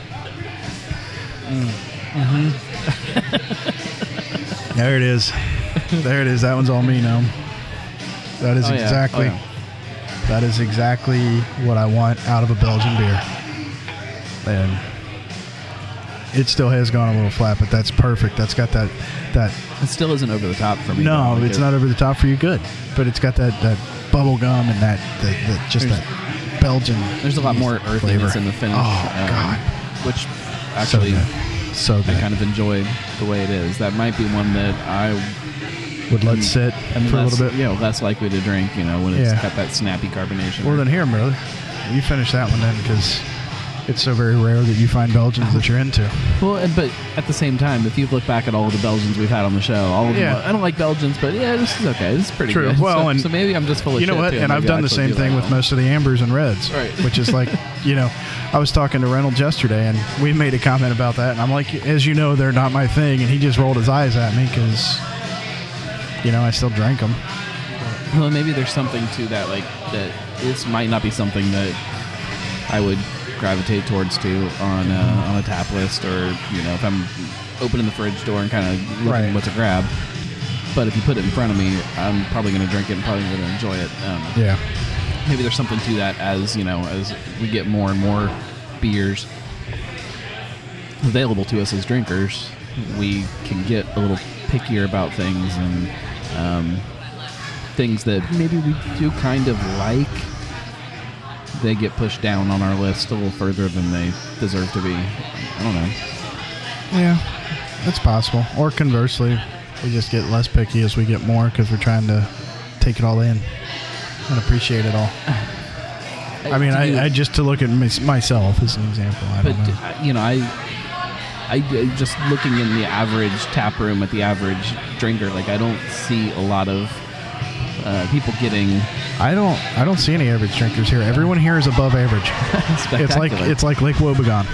S1: Mm-hmm.
S2: there it is. There it is. That one's all me now. That is
S1: Oh, yeah. Oh,
S2: exactly.
S1: yeah.
S2: That is exactly what I want out of a Belgian beer. And it still has gone a little flat, but that's perfect. That's got that that
S1: It still isn't over the top for me.
S2: no,
S1: though. Like
S2: it's
S1: it-
S2: not over the top for you. Good, but it's got that that bubble gum and that, that, that just
S1: There's-
S2: that Belgian.
S1: There's a lot more earthiness
S2: flavor.
S1: in the finish.
S2: Oh
S1: um,
S2: God,
S1: Which actually.
S2: so good. So
S1: I
S2: good.
S1: kind of enjoyed the way it is. That might be one that I
S2: Would let sit
S1: am
S2: for a
S1: less,
S2: little bit.
S1: you know, less likely to drink, you know, when it's
S2: Yeah.
S1: got that snappy carbonation.
S2: Well, then here, brother, you finish that one then, because it's so very rare that you find Belgians that you're into.
S1: Well, and- but at the same time, if you look back at all of the Belgians we've had on the show, all of them,
S2: Yeah.
S1: I don't like Belgians, but yeah, this is okay. This is pretty
S2: True.
S1: good.
S2: Well,
S1: so,
S2: and-
S1: so maybe I'm just full of
S2: You know
S1: shit,
S2: what?
S1: too,
S2: And I've
S1: maybe I
S2: done the
S1: actually
S2: same
S1: do
S2: thing
S1: like
S2: with most of the ambers and reds,
S1: Right.
S2: which is
S1: <laughs>
S2: like, you know, I was talking to Reynolds yesterday, and we made a comment about that, and I'm like, as you know, they're not my thing, and he just rolled his eyes at me because, you know, I still drank them.
S1: them. Well, maybe there's something to that, like that. This might not be something that I would gravitate towards to on uh, on a tap list, or you know, if I'm opening the fridge door and kind of looking
S2: Right.
S1: what to grab. But if you put it in front of me, I'm probably going to drink it and probably going to enjoy it. Um,
S2: Yeah.
S1: maybe there's something to that as you know as we get more and more beers available to us as drinkers we can get a little pickier about things and um, things that maybe we do kind of like they get pushed down on our list a little further than they deserve to be i don't know
S2: Yeah. That's possible. Or conversely, we just get less picky as we get more because we're trying to take it all in and appreciate it all. I mean,
S1: do you-
S2: I, I just to look at mys- myself as an example. I
S1: but
S2: don't know.
S1: uh, you know i I I just looking in the average tap room at the average drinker, like I don't see a lot of uh, people getting <laughs>
S2: I don't. I don't see any average drinkers here. Everyone here is above average.
S1: spectacular.
S2: It's like it's like Lake Wobegon.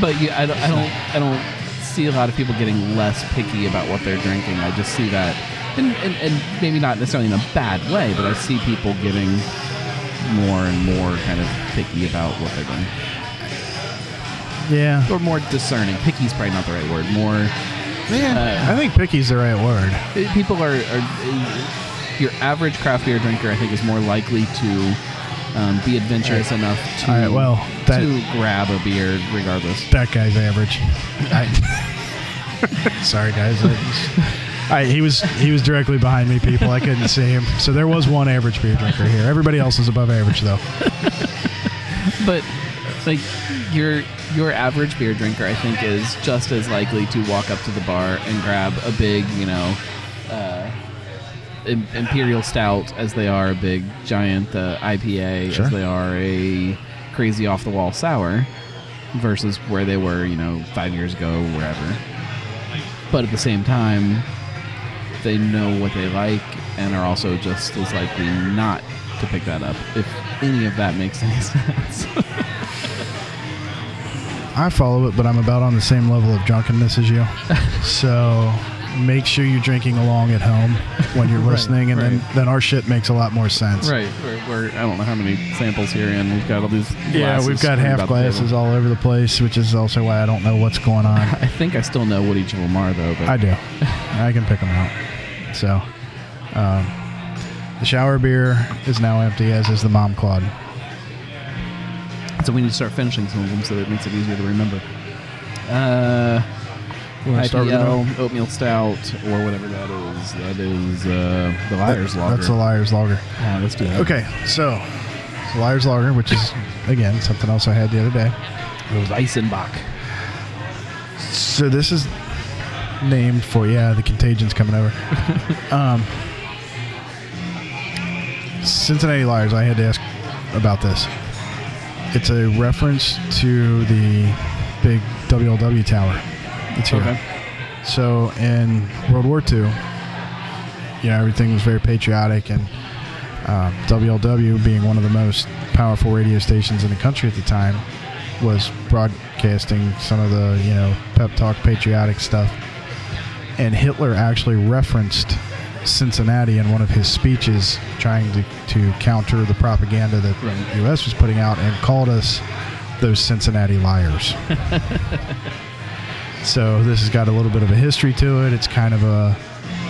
S1: <laughs> but you, I, don't, I don't, I don't see a lot of people getting less picky about what they're drinking. I just see that, and, and, and maybe not necessarily in a bad way, but I see people getting more and more kind of picky about what they're doing,
S2: Yeah.
S1: or more discerning. Picky's probably not the right word. More
S2: I think picky's the right word.
S1: Uh, people are, are your average craft beer drinker i think is more likely to um, be adventurous enough to
S2: All right, well, that-
S1: to grab a beer regardless
S2: That guy's average. I, <laughs> sorry, guys. I just- I, he was he was directly behind me, people. I couldn't see him. So there was one average beer drinker here. Everybody else is above average, though.
S1: but like your your average beer drinker i think is just as likely to walk up to the bar and grab a big you know uh, im- imperial stout as they are a big giant uh, ipa
S2: Sure.
S1: as they are a crazy off the wall sour versus where they were you know five years ago wherever but at the same time they know what they like and are also just as likely not to pick that up if any of that makes <laughs> any sense
S2: I follow it, but I'm about on the same level of drunkenness as you. So make sure you're drinking along at home when you're listening, and then,
S1: <laughs> right.
S2: then our shit makes a lot more sense.
S1: Right. We're, we're, I don't know how many samples here, and we've got all these.
S2: Yeah,
S1: glasses
S2: we've got
S1: screwed
S2: half
S1: about the
S2: glasses
S1: table.
S2: all over the place, which is also why I don't know what's going on.
S1: I think I still know what each of them are, though. But
S2: I do. I can pick them out. So, um, the shower beer is now empty, as is the mom clod.
S1: so we need to start finishing some of them so that it makes it easier to remember. Uh,
S2: You wanna start with the
S1: IPL,
S2: dog?
S1: oatmeal stout, or whatever that is. That is uh, the liar's
S2: That-
S1: lager.
S2: That's the liar's logger.
S1: Yeah, let's do that.
S2: Okay, so the liar's logger, which is again something else I had the other day.
S1: Weissenbach.
S2: So this is named for yeah the contagion's coming over um, cincinnati liars i had to ask about this it's a reference to the big wlw tower it's here
S1: Okay.
S2: so in world war ii you know everything was very patriotic and uh, WLW being one of the most powerful radio stations in the country at the time was broadcasting some of the you know pep talk patriotic stuff and Hitler actually referenced Cincinnati in one of his speeches trying to, to counter the propaganda that
S1: Right.
S2: the US was putting out and called us those Cincinnati liars so this has got a little bit of a history to it it's kind of a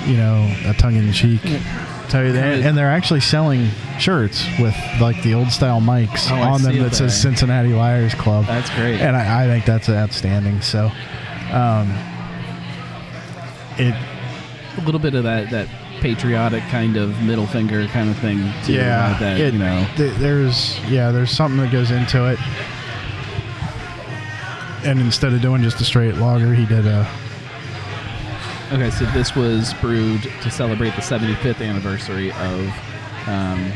S2: you know a tongue-in-cheek tell you that and they're actually selling shirts with like the old style mics
S1: Oh, I
S2: on them
S1: see it
S2: that says
S1: there.
S2: Cincinnati Liars Club
S1: That's great.
S2: and I, I think that's outstanding. So, um, it
S1: a little bit of that that patriotic kind of middle finger kind of thing too.
S2: yeah,
S1: about that
S2: it-
S1: you know.
S2: th- there's yeah, there's something that goes into it. And instead of doing just a straight lager, he did a
S1: Okay, so this was brewed to celebrate the 75th anniversary of um,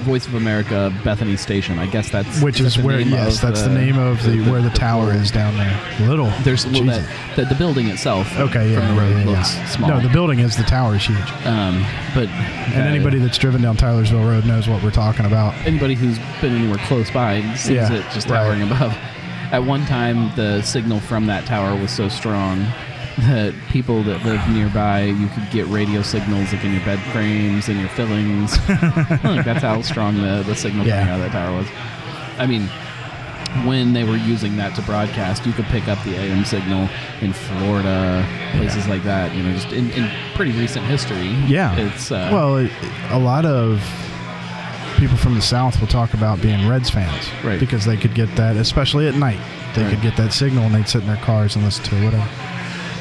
S1: Voice of America Bethany Station. I guess that's
S2: which
S1: that's
S2: is
S1: the
S2: where
S1: name
S2: yes,
S1: of
S2: that's the, name of the, where the, tower
S1: little-
S2: is down there. Little
S1: There's a little
S2: Jesus.
S1: bit the, the building itself.
S2: Okay, yeah,
S1: from the
S2: yeah,
S1: road
S2: yeah, yeah.
S1: looks small.
S2: No, the building is the tower is huge,
S1: um, but
S2: and anybody that's driven down Tylersville Road knows what we're talking about.
S1: anybody who's been anywhere close by sees
S2: Yeah,
S1: it just
S2: right.
S1: towering above. At one time, the signal from that tower was so strong that people that lived nearby, you could get radio signals like in your bed frames and your fillings.
S2: <laughs>
S1: like that's how strong the, the signal
S2: Yeah.
S1: coming out of that tower was. I mean, when they were using that to broadcast, you could pick up the AM signal in Florida, places like that. You know, just in, in pretty recent history.
S2: Yeah.
S1: it's uh,
S2: well, it, a lot of people from the South will talk about being Reds fans,
S1: Right.
S2: Because they could get that, especially at night, they
S1: Right.
S2: could get that signal and they'd sit in their cars and listen to it, whatever.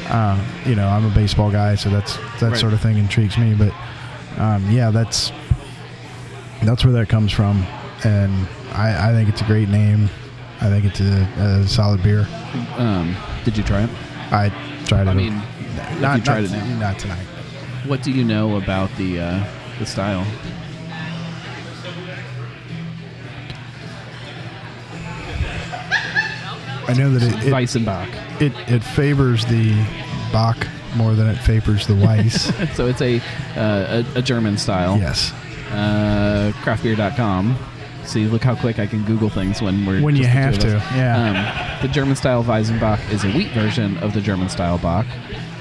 S2: Uh, you know, I'm a baseball guy, so that's that
S1: Right.
S2: sort of thing intrigues me. But um, yeah, that's that's where that comes from, and I, I think it's a great name. I think it's a, a solid beer.
S1: um, did you try it?
S2: I tried it.
S1: I mean, if
S2: not,
S1: you tried it
S2: not,
S1: now.
S2: not tonight.
S1: What do you know about the uh, the style?
S2: I know that it, it
S1: Weissenbach. <laughs>
S2: It it favors the Bach more than it favors
S1: <laughs>
S2: the Weiss.
S1: So it's a uh, a, a German style.
S2: yes.
S1: Uh, craftbeer.com. See, look how quick I can Google things when we're
S2: When you
S1: just the
S2: have
S1: two of
S2: to,
S1: us.
S2: yeah.
S1: Um, the German style Weisenbach is a wheat version of the German style Bach,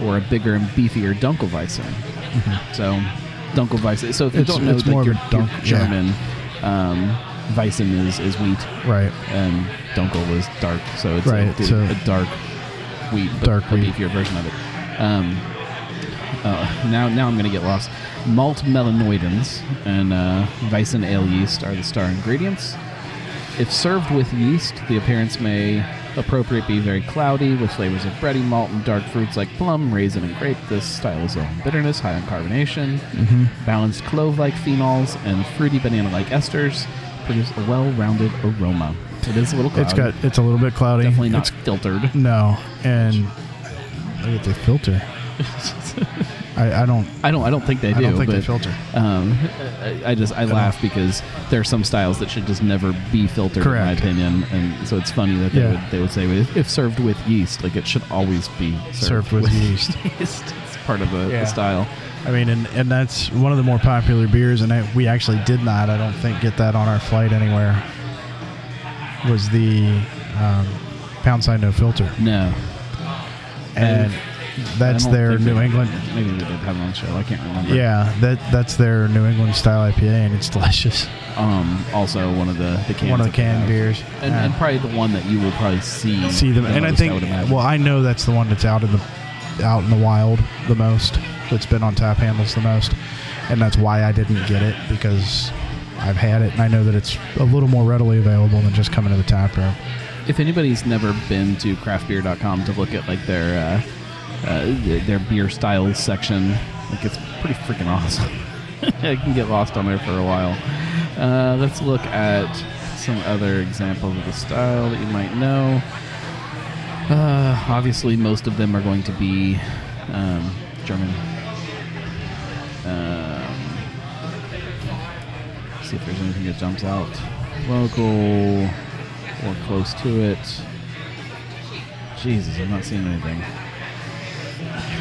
S1: or a bigger and beefier Dunkelweizen. So Dunkelweizen. So if you
S2: Mm-hmm. It's-
S1: don't know
S2: it's
S1: that
S2: more of
S1: you're,
S2: a dunk-
S1: you're
S2: yeah.
S1: German, um, Weizen is is wheat,
S2: Right.
S1: and Dunkel was dark, so it's
S2: Right,
S1: a,
S2: so-
S1: a dark wheat, but
S2: Dark
S1: a
S2: wheat.
S1: beefier version of it. Um, uh, now, now I'm going to get lost. Malt melanoidins and uh, Weissen ale yeast are the star ingredients. If served with yeast, the appearance may appropriate be very cloudy with flavors of bready malt and dark fruits like plum, raisin, and grape. This style is low in bitterness, high in carbonation,
S2: Mm-hmm.
S1: balanced clove-like phenols, and fruity banana-like esters. Produce a well-rounded aroma. It is a little cloudy.
S2: It's got it's a little bit cloudy.
S1: definitely not
S2: It's,
S1: filtered.
S2: no. And look at
S1: <laughs>
S2: the filter. I, I don't
S1: I don't. I don't think they do.
S2: I don't think they
S1: but,
S2: filter.
S1: Um, I- I just I laugh because there are some styles that should just never be filtered, in my
S2: Correct.
S1: opinion. And so it's funny that they,
S2: Yeah.
S1: would, they would say if, if served with yeast, like it should always be served,
S2: Served with yeast.
S1: <laughs> yeast. It's part of the, the
S2: Yeah.
S1: style.
S2: I mean and, and that's one of the more popular beers and I, we actually did not, I don't think, get that on our flight anywhere. Was the um, pound sign no filter.
S1: No,
S2: And that's
S1: I don't
S2: their
S1: think
S2: New
S1: they-
S2: England
S1: Maybe they did have it on the show. I can't remember.
S2: Yeah, that that's their New England style IPA, and it's delicious.
S1: Um. Also, one of the the cans
S2: One of the
S1: that they
S2: canned
S1: have.
S2: beers.
S1: and,
S2: Yeah.
S1: and probably the one that you will probably see
S2: See them,
S1: the
S2: and I
S1: most,
S2: think
S1: would imagine.
S2: well, I know that's the one that's out in the out in the wild the most. That's been on tap handles the most, and that's why I didn't get it because I've had it, and I know that it's a little more readily available than just coming to the tap room.
S1: If anybody's never been to craftbeer.com to look at like their uh, uh, th- their beer styles section, like it's pretty freaking awesome. <laughs> I can get lost on there for a while. Uh, let's look at some other examples of the style that you might know. Uh, obviously, most of them are going to be um, German. Um, see if there's anything that jumps out local or close to it. Jesus, I'm not seeing anything.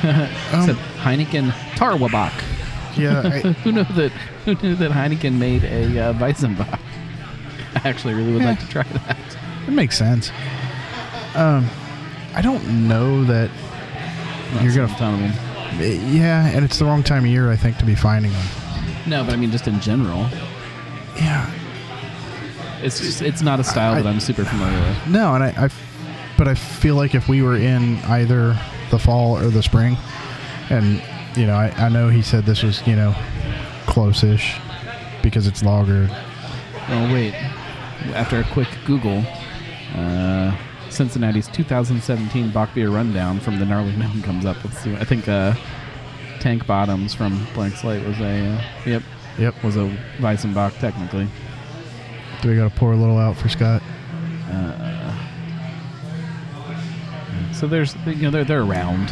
S2: Um,
S1: Except Heineken Tarwabach.
S2: yeah, I,
S1: Who knew that? Who knew that Heineken made a uh, Weizenbach? <laughs> I actually really would like to try
S2: <laughs>
S1: that.
S2: it makes sense. Um, I don't know that.
S1: Not
S2: You're gonna-
S1: seeing a ton of them.
S2: Yeah, and it's the wrong time of year, I think, to be finding them.
S1: No, but I mean just in general.
S2: Yeah,
S1: It's just, it's not a style
S2: I-
S1: that I'm super familiar with.
S2: No, and I, I f- but I feel like if we were in either the fall or the spring, and you know, I, I know he said this was you know close-ish because it's lager.
S1: Oh wait. After a quick Google, uh, Cincinnati's 2017 Bach Beer Rundown from the Gnarly Mountain comes up. Let's see. I think uh, Tank Bottoms from Blank Slate was a uh, yep
S2: Yep.
S1: was a Weizenbach technically.
S2: Do we got to pour a little out for Scott?
S1: So there's you know they're they're around.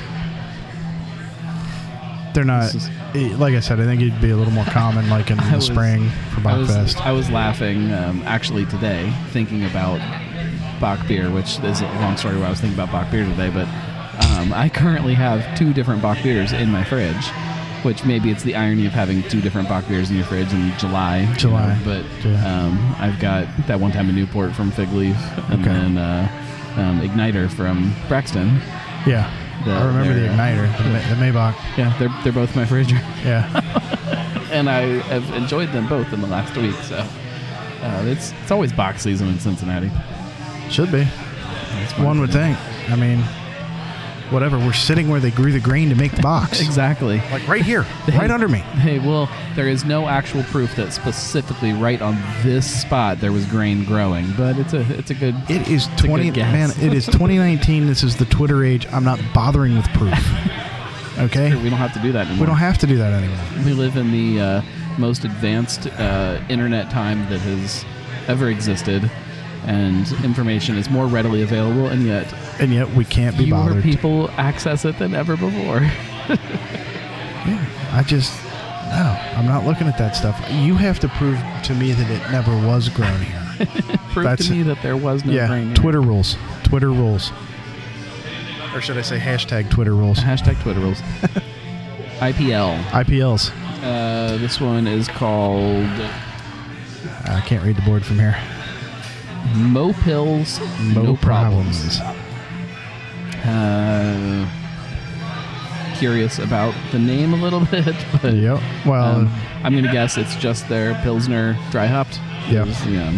S2: They're not.
S1: This is-
S2: eh, like I said, I think it'd be a little more common, like <laughs> in
S1: I
S2: the
S1: was-
S2: spring for
S1: I was,
S2: Bachfest.
S1: I was laughing um, actually today thinking about Bach beer, which is a long story why I was thinking about Bach beer today, but um, I currently have two different Bach beers in my fridge, which maybe it's the irony of having two different Bach beers in your fridge in July. you know,
S2: July,
S1: but
S2: yeah.
S1: um, I've got that one time in Newport from Fig Leaf and
S2: Okay.
S1: then uh, um, Igniter from Braxton.
S2: Yeah,
S1: The-
S2: I remember the
S1: they're, uh,
S2: igniter, the, Ma- the Maybach.
S1: Yeah, they're, they're both in my fridge. <laughs>
S2: Yeah,
S1: and I have enjoyed them both in the last week. So uh, it's it's always box season in Cincinnati.
S2: <laughs> should be.
S1: That's my
S2: One would
S1: opinion.
S2: think. I mean, whatever. We're sitting where they grew the grain to make the box.
S1: Exactly.
S2: Like right <laughs> here, right under me.
S1: Hey, well, there is no actual proof that specifically right on this spot there was grain growing, but it's a it's a good.
S2: It is
S1: a good
S2: 20 man,
S1: guess.
S2: it is 2019. this is the Twitter age. I'm not bothering with proof.
S1: <laughs>
S2: Okay?
S1: We don't have to do that anymore.
S2: We don't have to do that anymore.
S1: We live in the uh, most advanced uh, internet time that has ever existed, and information is more readily available, and yet
S2: And yet we can't be
S1: fewer
S2: bothered.
S1: people access it than ever before. <laughs>
S2: I just no, I'm not looking at that stuff. You have to prove to me that it never was grown here.
S1: Prove
S2: That's-
S1: to me that there was <laughs> no grain.
S2: yeah,
S1: here.
S2: Twitter rules. Twitter rules. Or should I say hashtag
S1: <laughs>
S2: Twitter rules?
S1: Hashtag Twitter rules. IPL.
S2: IPLs.
S1: Uh, this one is called
S2: I can't read the board from here.
S1: Mo Pills,
S2: No,
S1: No Problems.
S2: problems.
S1: Uh, curious about the name a little <laughs> bit, but
S2: Yep. Well,
S1: um, I'm going to guess it's just their Pilsner dry hopped.
S2: Yep.
S1: Yeah.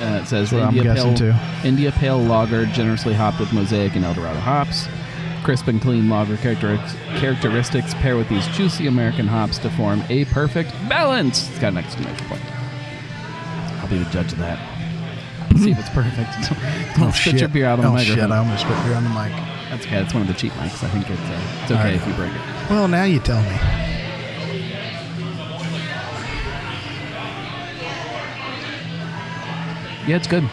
S1: Uh, it says
S2: That's what I'm
S1: India
S2: guessing
S1: Pale,
S2: too.
S1: India Pale Lager, generously hopped with Mosaic and Eldorado hops. Crisp and clean lager characteristics, characteristics pair with these juicy American hops to form a perfect balance. It's got an exclamation point. I'll be the judge of that. See
S2: <laughs>
S1: if it's perfect. Don't
S2: oh,
S1: spit
S2: shit.
S1: your beer out on
S2: oh,
S1: the microphone.
S2: shit. I almost spit beer on the mic.
S1: That's okay. That's one of the cheap mics. I think it's, uh, it's okay
S2: All right.
S1: if you break it.
S2: Well, now you tell me.
S1: Yeah, it's good.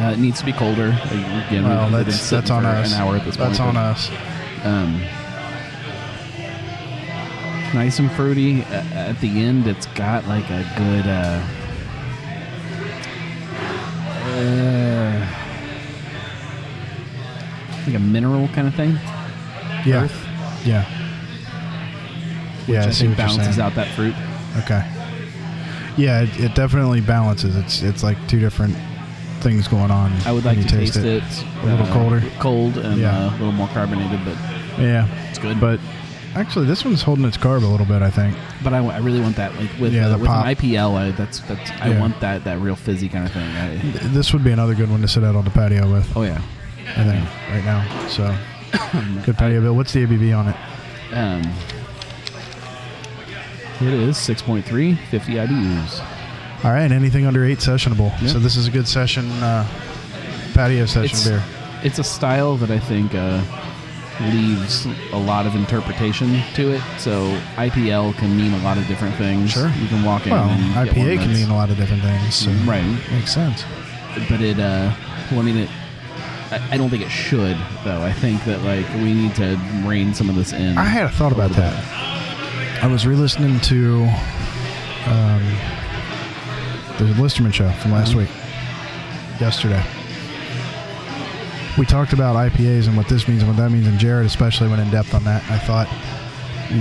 S1: Uh, it needs to be colder. Again,
S2: Well,
S1: we've been
S2: that's
S1: sitting
S2: that's on
S1: for
S2: us.
S1: An hour at this
S2: that's
S1: point.
S2: on us.
S1: Um, nice and fruity. Uh, at the end, it's got like a good. Uh, uh, like a mineral kind of thing.
S2: Yeah,
S1: Earth,
S2: yeah,
S1: which
S2: yeah. I
S1: I think
S2: see what you're
S1: balances
S2: saying.
S1: out that fruit.
S2: Okay. Yeah, it, it definitely balances. It's it's like two different things going on.
S1: I would
S2: when
S1: like to
S2: you
S1: taste, it.
S2: a little
S1: uh,
S2: colder.
S1: cold and
S2: Yeah.
S1: uh, a little more carbonated, but
S2: Yeah,
S1: it's good.
S2: but actually, this one's holding its carb a little bit. I think.
S1: But I, I really want that like with,
S2: Yeah,
S1: uh,
S2: the
S1: with
S2: pop.
S1: an IPL. I, that's that's I
S2: Yeah.
S1: want that that real fizzy kind of thing. I,
S2: Th- This would be another good one to sit out on the patio with.
S1: oh yeah,
S2: I think right now.
S1: <coughs>
S2: So good patio bill. What's the ABV on it?
S1: um, it is 6.3, 50 IBUs.
S2: All right, anything under eight sessionable.
S1: Yeah.
S2: So this is a good session uh, patio session
S1: It's
S2: beer.
S1: it's a style that I think uh, leaves a lot of interpretation to it. So IPL can mean a lot of different things.
S2: Sure.
S1: you can walk in.
S2: Well,
S1: and get one
S2: IPA can
S1: that's-
S2: mean a lot of different things. So
S1: Right.
S2: Makes sense.
S1: but it uh well, I mean it I, I don't think it should, though. I think that like we need to rein some of this in.
S2: I had a thought about that. I was re-listening to um, the Listerman show
S1: Mm-hmm.
S2: from last week, yesterday. We talked about IPAs and what this means and what that means, and Jared especially went in depth on that. I thought,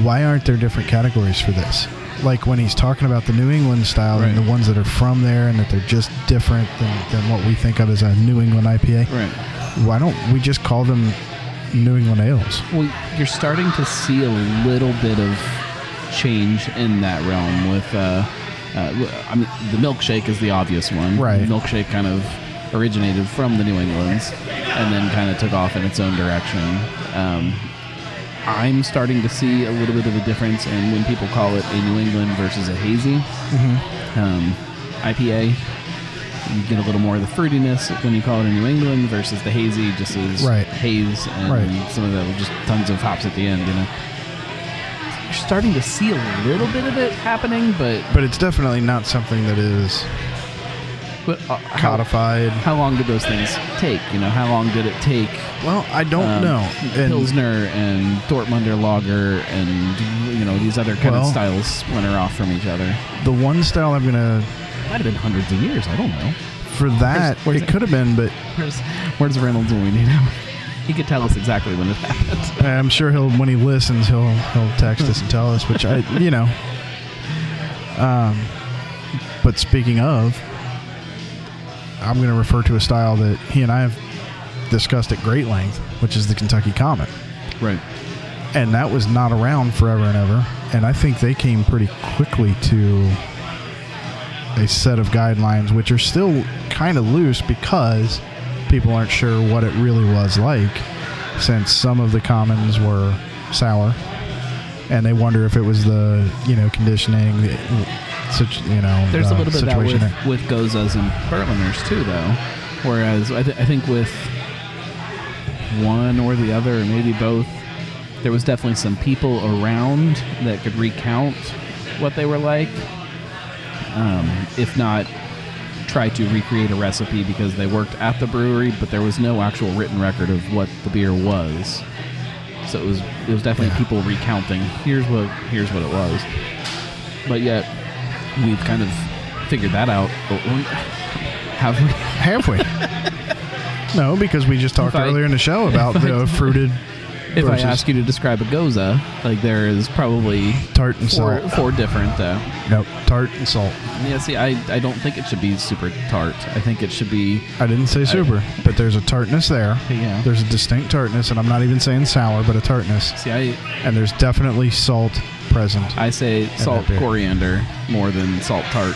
S2: why aren't there different categories for this? Like when he's talking about the New England style and
S1: Right.
S2: the ones that are from there and that they're just different than, than what we think of as a New England IPA.
S1: Right.
S2: Why don't we just call them New England ales?
S1: Well, you're starting to see a little bit of change in that realm with. Uh, uh, w- I mean, the milkshake is the obvious one.
S2: Right.
S1: milkshake kind of originated from the New Englands, and then kind of took off in its own direction. Um, I'm starting to see a little bit of a difference in when people call it a New England versus a hazy.
S2: Mm-hmm.
S1: um, IPA. You get a little more of the fruitiness when you call it a New England versus the hazy, just as
S2: Right.
S1: haze and
S2: Right.
S1: some of the just tons of hops at the end. You know, you're starting to see a little bit of it happening, but
S2: But it's definitely not something that is
S1: but uh, how,
S2: codified.
S1: how long did those things take? You know, how long did it take?
S2: Well, I don't
S1: um,
S2: know. And
S1: Pilsner and Dortmunder Lager and you know these other kind
S2: Well-
S1: of styles splinter off from each other.
S2: the one style I'm gonna
S1: Might have been hundreds of years. I don't know.
S2: for that
S1: where's it?
S2: it could have been, but
S1: Where's, where's Reynolds when we need him? <laughs> He could tell us exactly when it happened.
S2: I'm sure he'll when he listens he'll he'll text us and tell us, which I you know. Um, but speaking of, I'm gonna refer to a style that he and I have discussed at great length, which is the Kentucky Common,
S1: Right.
S2: and that was not around forever and ever. And I think they came pretty quickly to a set of guidelines which are still kind of loose because people aren't sure what it really was like since some of the commons were sour and they wonder if it was the you know conditioning the- such you know
S1: There's
S2: the
S1: a little bit of that
S2: uh, situation
S1: with,
S2: there.
S1: with Gozas and Berliners too, though. Whereas I, th- I think with one or the other, or maybe both, there was definitely some people around that could recount what they were like. Um, if not, try to recreate a recipe because they worked at the brewery, but there was no actual written record of what the beer was. So it was it was definitely
S2: Yeah.
S1: people recounting. Here's what here's what it was. But yet we've kind of figured that out. But we- Have we?
S2: halfway
S1: <laughs>
S2: no because we just talked
S1: If I-
S2: earlier in the show about
S1: <laughs>
S2: the fruited
S1: If I
S2: versus
S1: ask you to describe a goza, like there is probably
S2: tart and
S1: four,
S2: salt
S1: four different though.
S2: nope tart and salt
S1: Yeah, see, I, I don't think it should be super tart. I think it should be
S2: I didn't say super, but there's a tartness there.
S1: Yeah.
S2: There's a distinct tartness, and I'm not even saying sour, but a tartness.
S1: see I
S2: And there's definitely salt present.
S1: I say salt
S2: beer.
S1: coriander more than salt tart.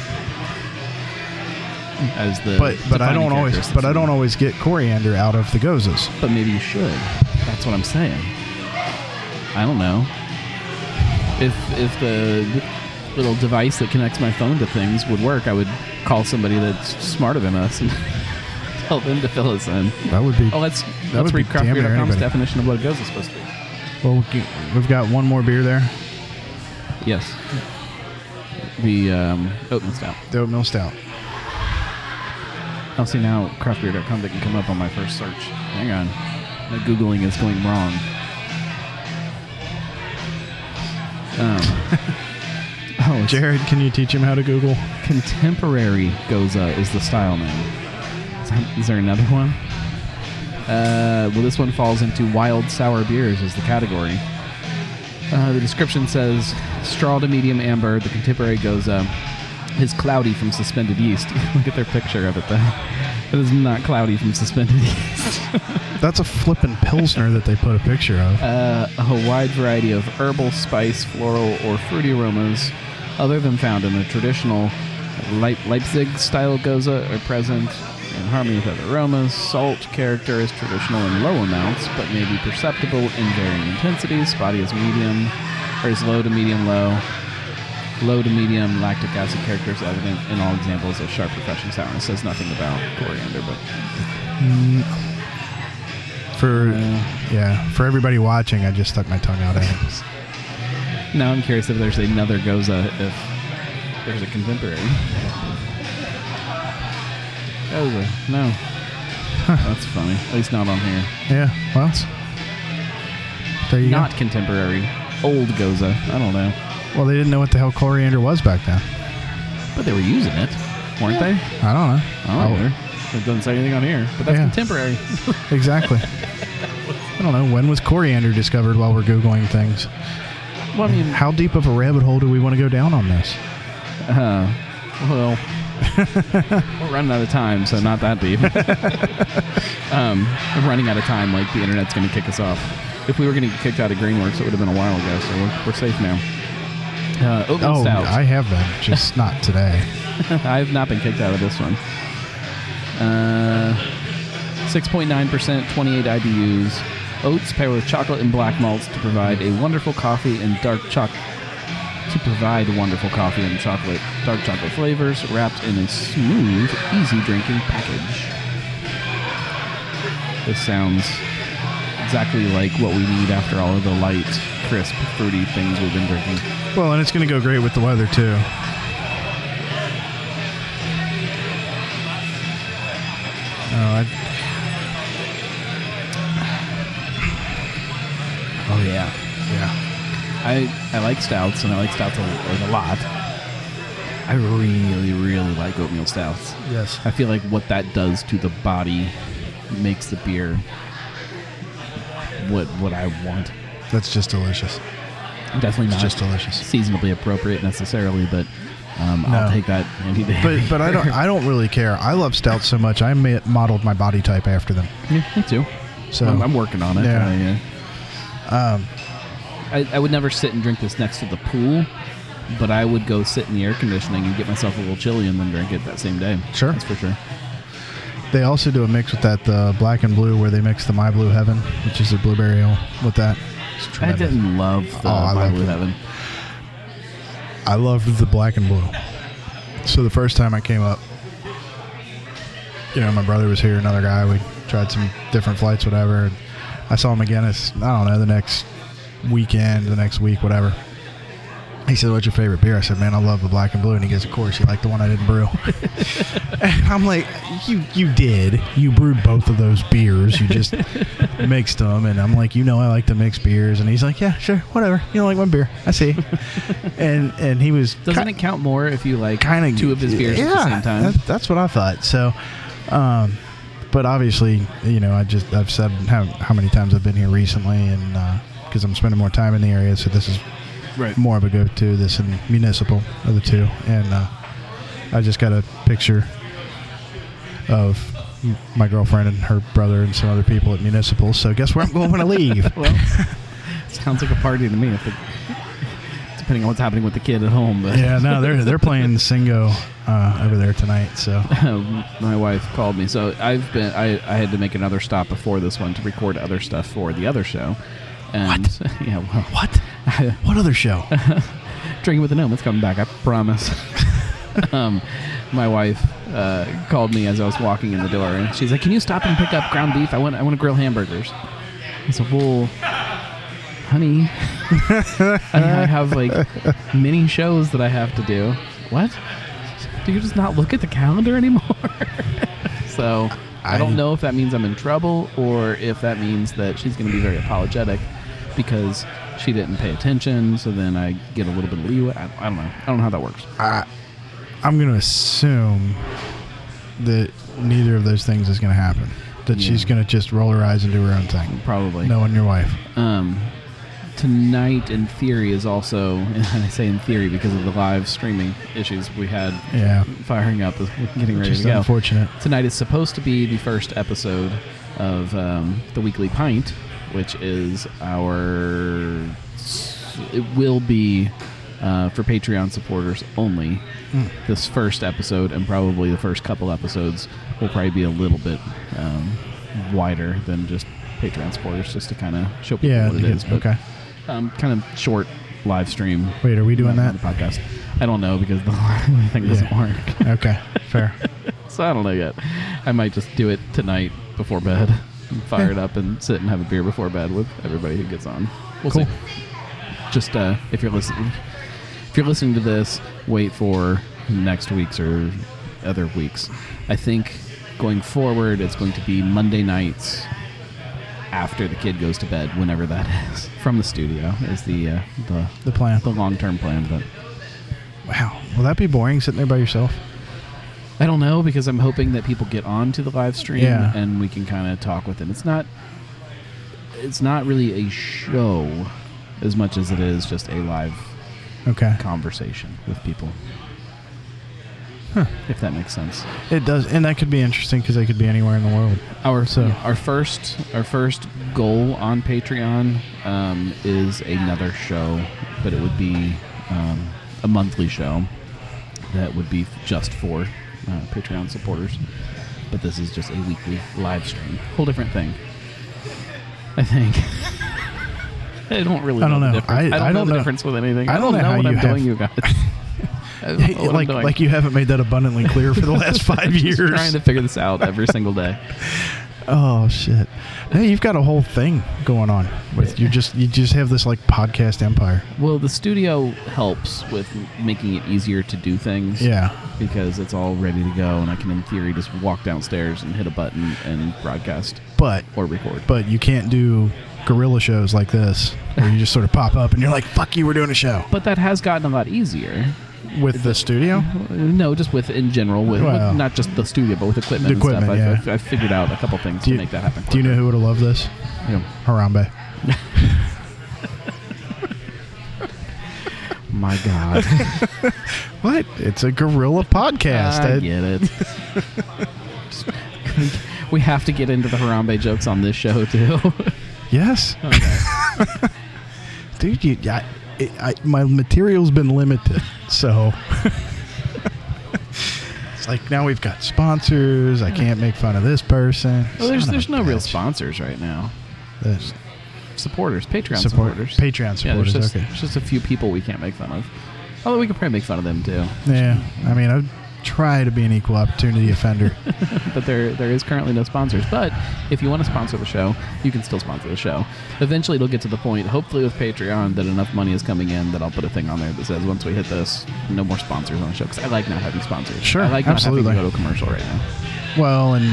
S1: As the
S2: but but I
S1: defining
S2: don't always
S1: characteristics
S2: but I
S1: of
S2: don't
S1: it.
S2: always get coriander out of the gozes.
S1: But maybe you should. That's what I'm saying. I don't know. If if the little device that connects my phone to things would work, I would call somebody that's smarter than us and <laughs> tell them to fill us in.
S2: That would be
S1: Oh, let's
S2: would
S1: let's
S2: be
S1: read
S2: damn near
S1: craftbeer.com's
S2: anybody.
S1: definition of what a goes is supposed to be.
S2: well. we can- We've got one more beer there,
S1: Yes. The um, oatmeal stout.
S2: the oatmeal stout.
S1: I'll see now craftbeer.com that can come up on my first search. Hang on. My Googling is going wrong. Um, oh, it's
S2: Jared, can you teach him how to Google?
S1: contemporary Goza is the style name. Is, that, is there another one? Uh, well, this one falls into wild sour beers as the category. Uh, the description says straw to medium amber, the contemporary Goza is cloudy from suspended yeast. <laughs> Look at their picture of it, though. It is not cloudy from suspended <laughs> yeast.
S2: That's a flippin' pilsner that they put a picture of.
S1: <laughs> Uh, a wide variety of herbal, spice, floral, or fruity aromas, other than found in the traditional Leip- Leipzig style goza, are present in harmony with other aromas. Salt character is traditional in low amounts, but may be perceptible in varying intensities. Spotty is medium, or is low to medium low. Low to medium lactic acid character is evident in all examples of sharp, refreshing sourness. Says nothing about coriander, but
S2: For
S1: uh,
S2: yeah, for everybody watching, I just stuck my tongue out at him.
S1: Now I'm curious if there's another Goza if there's a contemporary. Goza, no. That's funny. At least not on here.
S2: Yeah, well, there you
S1: Not contemporary. Old Goza. I don't know.
S2: go. Well, they didn't know what the hell coriander was back then.
S1: But they were using it, weren't they?
S2: I don't know.
S1: I don't know. It doesn't say anything on here, but that's
S2: Oh. Yeah.
S1: contemporary.
S2: Exactly. I don't know. When was coriander discovered while we're Googling things?
S1: well, I mean,
S2: How deep of a rabbit hole do we want to go down on this?
S1: uh, well, <laughs> we're running out of time, so not that deep. um, we're running out of time. Like the internet's going to kick us off. If we were going to get kicked out of Greenworks, it would have been a while ago. So we're, we're safe now. Uh, oatmeal
S2: Oh,
S1: stout.
S2: I have been, just <laughs> not today.
S1: I've not been kicked out of this one. Uh, 6.9%, 28 IBUs. Oats pair with chocolate and black malts to provide a wonderful coffee and dark choc to provide wonderful coffee and chocolate dark chocolate flavors wrapped in a smooth, easy drinking package. This sounds exactly like what we need after all of the light, crisp, fruity things we've been drinking.
S2: Well, and it's going to go great with the weather too. Oh, I,
S1: Oh yeah.
S2: yeah.
S1: I, I like stouts and I like stouts a, a lot. I really, really like oatmeal stouts.
S2: Yes.
S1: I feel like what that does to the body makes the beer what what I want.
S2: That's just delicious.
S1: Definitely not
S2: just delicious.
S1: seasonably appropriate necessarily, but um, I'll
S2: No.
S1: take that any day.
S2: But but I don't I don't really care. I love stouts so much. I ma- modeled my body type after them.
S1: yeah, <laughs> me too.
S2: So
S1: I'm, I'm working on it.
S2: Yeah.
S1: I, um, I, I would never sit and drink this next to the pool, but I would go sit in the air conditioning and get myself a little chili and then drink it that same day.
S2: Sure.
S1: that's for sure.
S2: They also do a mix with that the black and blue where they mix the My Blue Heaven, which is a blueberry ale with that. It's
S1: I
S2: tremendous.
S1: didn't love the
S2: Oh, I
S1: My
S2: like
S1: Blue
S2: it.
S1: Heaven.
S2: I loved the black and blue. So the first time I came up, you know, my brother was here, another guy. We tried some different flights, whatever. And I saw him again. It's, I don't know the next weekend, the next week, whatever. He said, "What's your favorite beer?" I said, "Man, I love the black and blue." And he goes, "Of course, you like the one I didn't brew." <laughs> and I'm like, "You you did. You brewed both of those beers. You just mixed them." And I'm like, "You know, I like to mix beers." And he's like, "Yeah, sure, whatever. You don't like one beer. I see." and and he was
S1: Doesn't it count more if you like
S2: kind of
S1: two of his beers at the same time?
S2: That, that's what I thought. So, um, but obviously, you know, I just I've said how, how many times I've been here recently, and because I'm spending more time in the area, so this is
S1: right.
S2: more of a go-to. This and municipal are the two, and uh, I just got a picture of m- my girlfriend and her brother and some other people at municipal. So guess where I'm going when
S1: <laughs>
S2: I leave?
S1: <laughs> Well, sounds like a party to me. If it, depending on what's happening with the kid at home, but
S2: yeah, no, they're they're playing Singo uh, over there tonight.
S1: <laughs>
S2: So
S1: my wife called me, so I've been. I, I had to make another stop before this one to record other stuff for the other show. And <laughs> yeah, well,
S2: what? What other show?
S1: Drinking with a gnome. It's coming back. I promise. um, my wife uh, called me as I was walking in the door, and she's like, "Can you stop and pick up ground beef? I want I want to grill hamburgers." I said, "Well, honey, <laughs> I mean, I have like many shows that I have to do. What? Do you just not look at the calendar anymore?" so. I
S2: I-
S1: don't know if that means I'm in trouble or if that means that she's going to be very apologetic because she didn't pay attention. So then I get a little bit of leeway. I, I don't know. I don't know how that works.
S2: I, I'm going to assume that neither of those things is going to happen. That
S1: Yeah.
S2: she's going to just roll her eyes and do her own thing.
S1: Probably.
S2: Knowing your wife.
S1: Um, tonight, in theory, is also, <laughs> and I say in theory because of the live streaming issues we had
S2: Yeah.
S1: firing up, getting ready
S2: Just
S1: to go.
S2: unfortunate.
S1: Tonight is supposed to be the first episode of um, the weekly pint, which is our. It will be uh, for Patreon supporters only.
S2: Hmm.
S1: This first episode and probably the first couple episodes will probably be a little bit um, wider than just Patreon supporters, just to kind of show people
S2: Yeah.
S1: what it
S2: you-
S1: is. But,
S2: okay.
S1: Um, kind of short live stream.
S2: Wait, are we doing
S1: on
S2: that?
S1: the podcast? I don't know because the <laughs> live thing doesn't
S2: Yeah.
S1: work.
S2: Okay. Fair.
S1: So I don't know yet. I might just do it tonight before bed. and Fire it up and sit and have a beer before bed with everybody who gets on. We'll
S2: Cool.
S1: see. Just uh, if you're listening, if you're listening to this, wait for next week's or other weeks. I think Going forward, it's going to be Monday nights after the kid goes to bed, whenever that <laughs> is, from the studio is the uh, the
S2: The plan.
S1: the long term plan. But
S2: Wow. Will that be boring sitting there by yourself?
S1: I don't know because I'm hoping that people get on to the live stream
S2: Yeah.
S1: and we can kind of talk with them. It's not it's not really a show as much as it is just a live
S2: Okay.
S1: conversation with people. If that makes sense.
S2: It does, and that could be interesting because they could be anywhere in the world.
S1: Our
S2: So-
S1: our first our first goal on Patreon um, is another show, but it would be um, a monthly show that would be just for uh, Patreon supporters. But this is just a weekly live stream, whole different thing. I think. <laughs> I don't really.
S2: I don't
S1: the
S2: know.
S1: difference.
S2: I-
S1: don't,
S2: I
S1: know
S2: don't
S1: the
S2: know.
S1: difference with anything.
S2: I
S1: I
S2: don't
S1: don't,
S2: know how
S1: what I'm
S2: you have-
S1: doing,
S2: <laughs>
S1: you guys. I don't know what
S2: like,
S1: Oh, I'm doing.
S2: like you haven't made that abundantly clear
S1: <laughs>
S2: for the last five
S1: Just
S2: years.
S1: trying to figure this out every single day.
S2: <laughs> Oh shit! Hey, you've got a whole thing going on with you. Just you just have this like podcast empire.
S1: Well, the studio helps with making it easier to do things.
S2: Yeah.
S1: Because it's all ready to go, and I can, in theory, just walk downstairs and hit a button and broadcast
S2: But
S1: or record.
S2: but you can't do gorilla shows like this where you just sort of pop up and you're like, "Fuck you, we're doing a show
S1: But that has gotten a lot easier.
S2: with the studio."
S1: No, just with in general, with, with
S2: Wow.
S1: not just the studio, but with equipment.
S2: The
S1: and
S2: equipment,
S1: stuff.
S2: yeah.
S1: I've, I've, I've figured out a couple things
S2: Do you,
S1: to make that happen.
S2: do you know who would have loved this?
S1: Yeah.
S2: Harambe. Oh,
S1: My <laughs> God,
S2: What? It's a gorilla podcast.
S1: I
S2: That-
S1: get it. <laughs> we have to get into the Harambe jokes on this show too.
S2: Yes. <laughs> Dude, you, I, it, I, my material's been limited, so <laughs> it's like now we've got sponsors. I can't make fun of this person.
S1: well, there's
S2: Son of
S1: there's
S2: a
S1: no real
S2: bitch.
S1: sponsors right now.
S2: There's
S1: supporters, Patreon
S2: support,
S1: supporters.
S2: Patreon
S1: yeah, there's
S2: supporters.
S1: just,
S2: okay.
S1: there's just a few people we can't make fun of. Although we could probably make fun of them too.
S2: Yeah, I mean, I try to be an equal opportunity
S1: <laughs>
S2: offender.
S1: But there there is currently no sponsors. But if you want to sponsor the show, you can still sponsor the show. Eventually it'll get to the point, hopefully with Patreon, that enough money is coming in that I'll put a thing on there that says once we hit this, no more sponsors on the show. Because I like not having sponsors.
S2: Sure,
S1: I like
S2: absolutely.
S1: not having to go to a commercial right now.
S2: well, and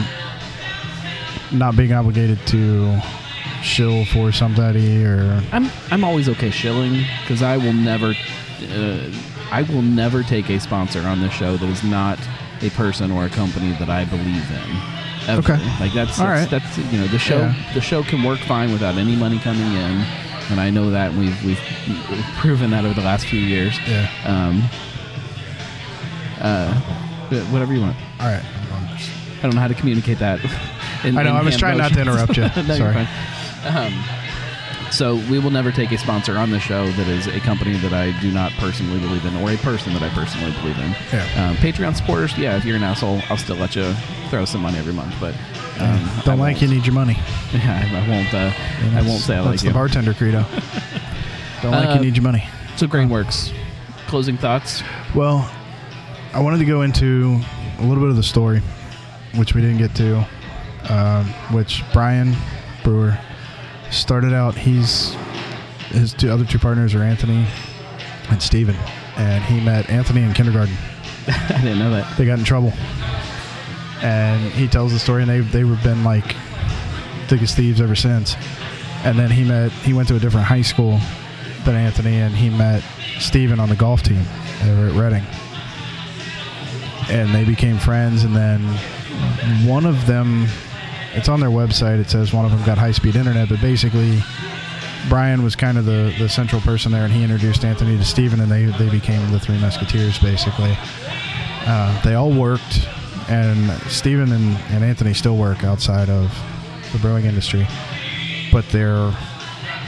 S2: not being obligated to shill for somebody or
S1: I'm I'm always okay shilling because I will never uh, I will never take a sponsor on this show that is not a person or a company that I believe in. Ever.
S2: Okay.
S1: like that's
S2: All
S1: that's,
S2: right.
S1: that's you know the show
S2: Yeah.
S1: the show can work fine without any money coming in, and I know that and we've we've we've proven that over the last few years.
S2: yeah.
S1: Um, uh, whatever you want.
S2: All right, I'm going to-
S1: I don't know how to communicate
S2: <laughs>
S1: that. in-
S2: I know.
S1: in
S2: I was
S1: hand
S2: trying not to
S1: motions.
S2: interrupt
S1: <laughs>
S2: you.
S1: no,
S2: Sorry.
S1: You're fine. Um, so we will never take a sponsor on the show that is a company that I do not personally believe in, or a person that I personally believe in.
S2: Yeah.
S1: Um, Patreon supporters, yeah. If you're an asshole, I'll still let you throw some money every month, but um, I
S2: Don't like you,
S1: won't-
S2: need your money.
S1: <laughs> Yeah, I won't. Uh,
S2: And
S1: I
S2: that's-
S1: won't say I
S2: that's
S1: like
S2: the
S1: you. <laughs>
S2: bartender credo. Don't like
S1: Uh,
S2: you, need your money.
S1: so Grainworks, closing thoughts. <laughs>
S2: Well, I wanted to go into a little bit of the story, which we didn't get to, um, which Brian Brewer started out. He's his two other two partners are Anthony and Steven. and he met Anthony in kindergarten.
S1: I didn't know that.
S2: They got in trouble, and he tells the story, and they they've been like thick as thieves ever since. And then he met he went to a different high school than Anthony, and he met Steven on the golf team over at Reading. And they became friends, and then one of them, it's on their website. It says one of them got high speed internet, but basically, Brian was kind of the, the central person there, and he introduced Anthony to Steven, and they, they became the Three Musketeers, basically. Uh, they all worked, and Steven and, and Anthony still work outside of the brewing industry, but their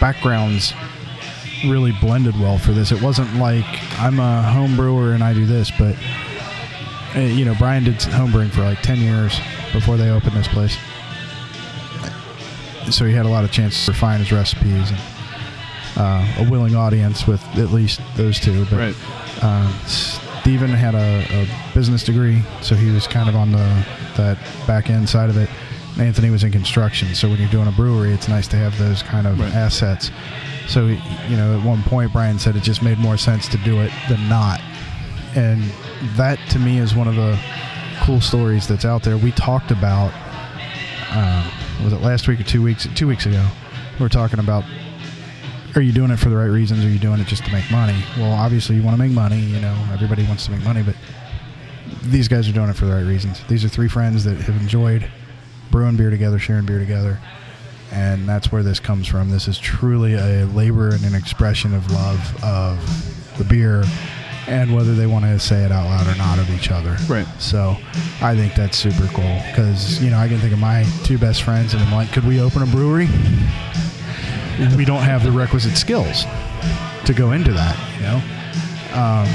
S2: backgrounds really blended well for this. It wasn't like I'm a home brewer and I do this, but uh, you know, Brian did home brewing for like 10 years before they opened this place. So he had a lot of chances to refine his recipes and uh, a willing audience with at least those two. But
S1: Right.
S2: uh, Steven had a, a business degree, so he was kind of on the that back end side of it. Anthony was in construction, so when you're doing a brewery, it's nice to have those kind of
S1: Right.
S2: assets. So you know, at one point, Brian said it just made more sense to do it than not, and that to me is one of the cool stories that's out there. We talked about um, was it last week or two weeks two weeks ago? We were talking about are you doing it for the right reasons? Are you doing it just to make money? Well, obviously you want to make money. You know, everybody wants to make money, but these guys are doing it for the right reasons. These are three friends that have enjoyed brewing beer together, sharing beer together, and that's where this comes from. This is truly a labor and an expression of love of the beer, and whether they want to say it out loud or not of each other.
S1: Right.
S2: So, I think that's super cool because you know I can think of my two best friends, and I'm like, could we open a brewery? We don't have the requisite skills to go into that. You know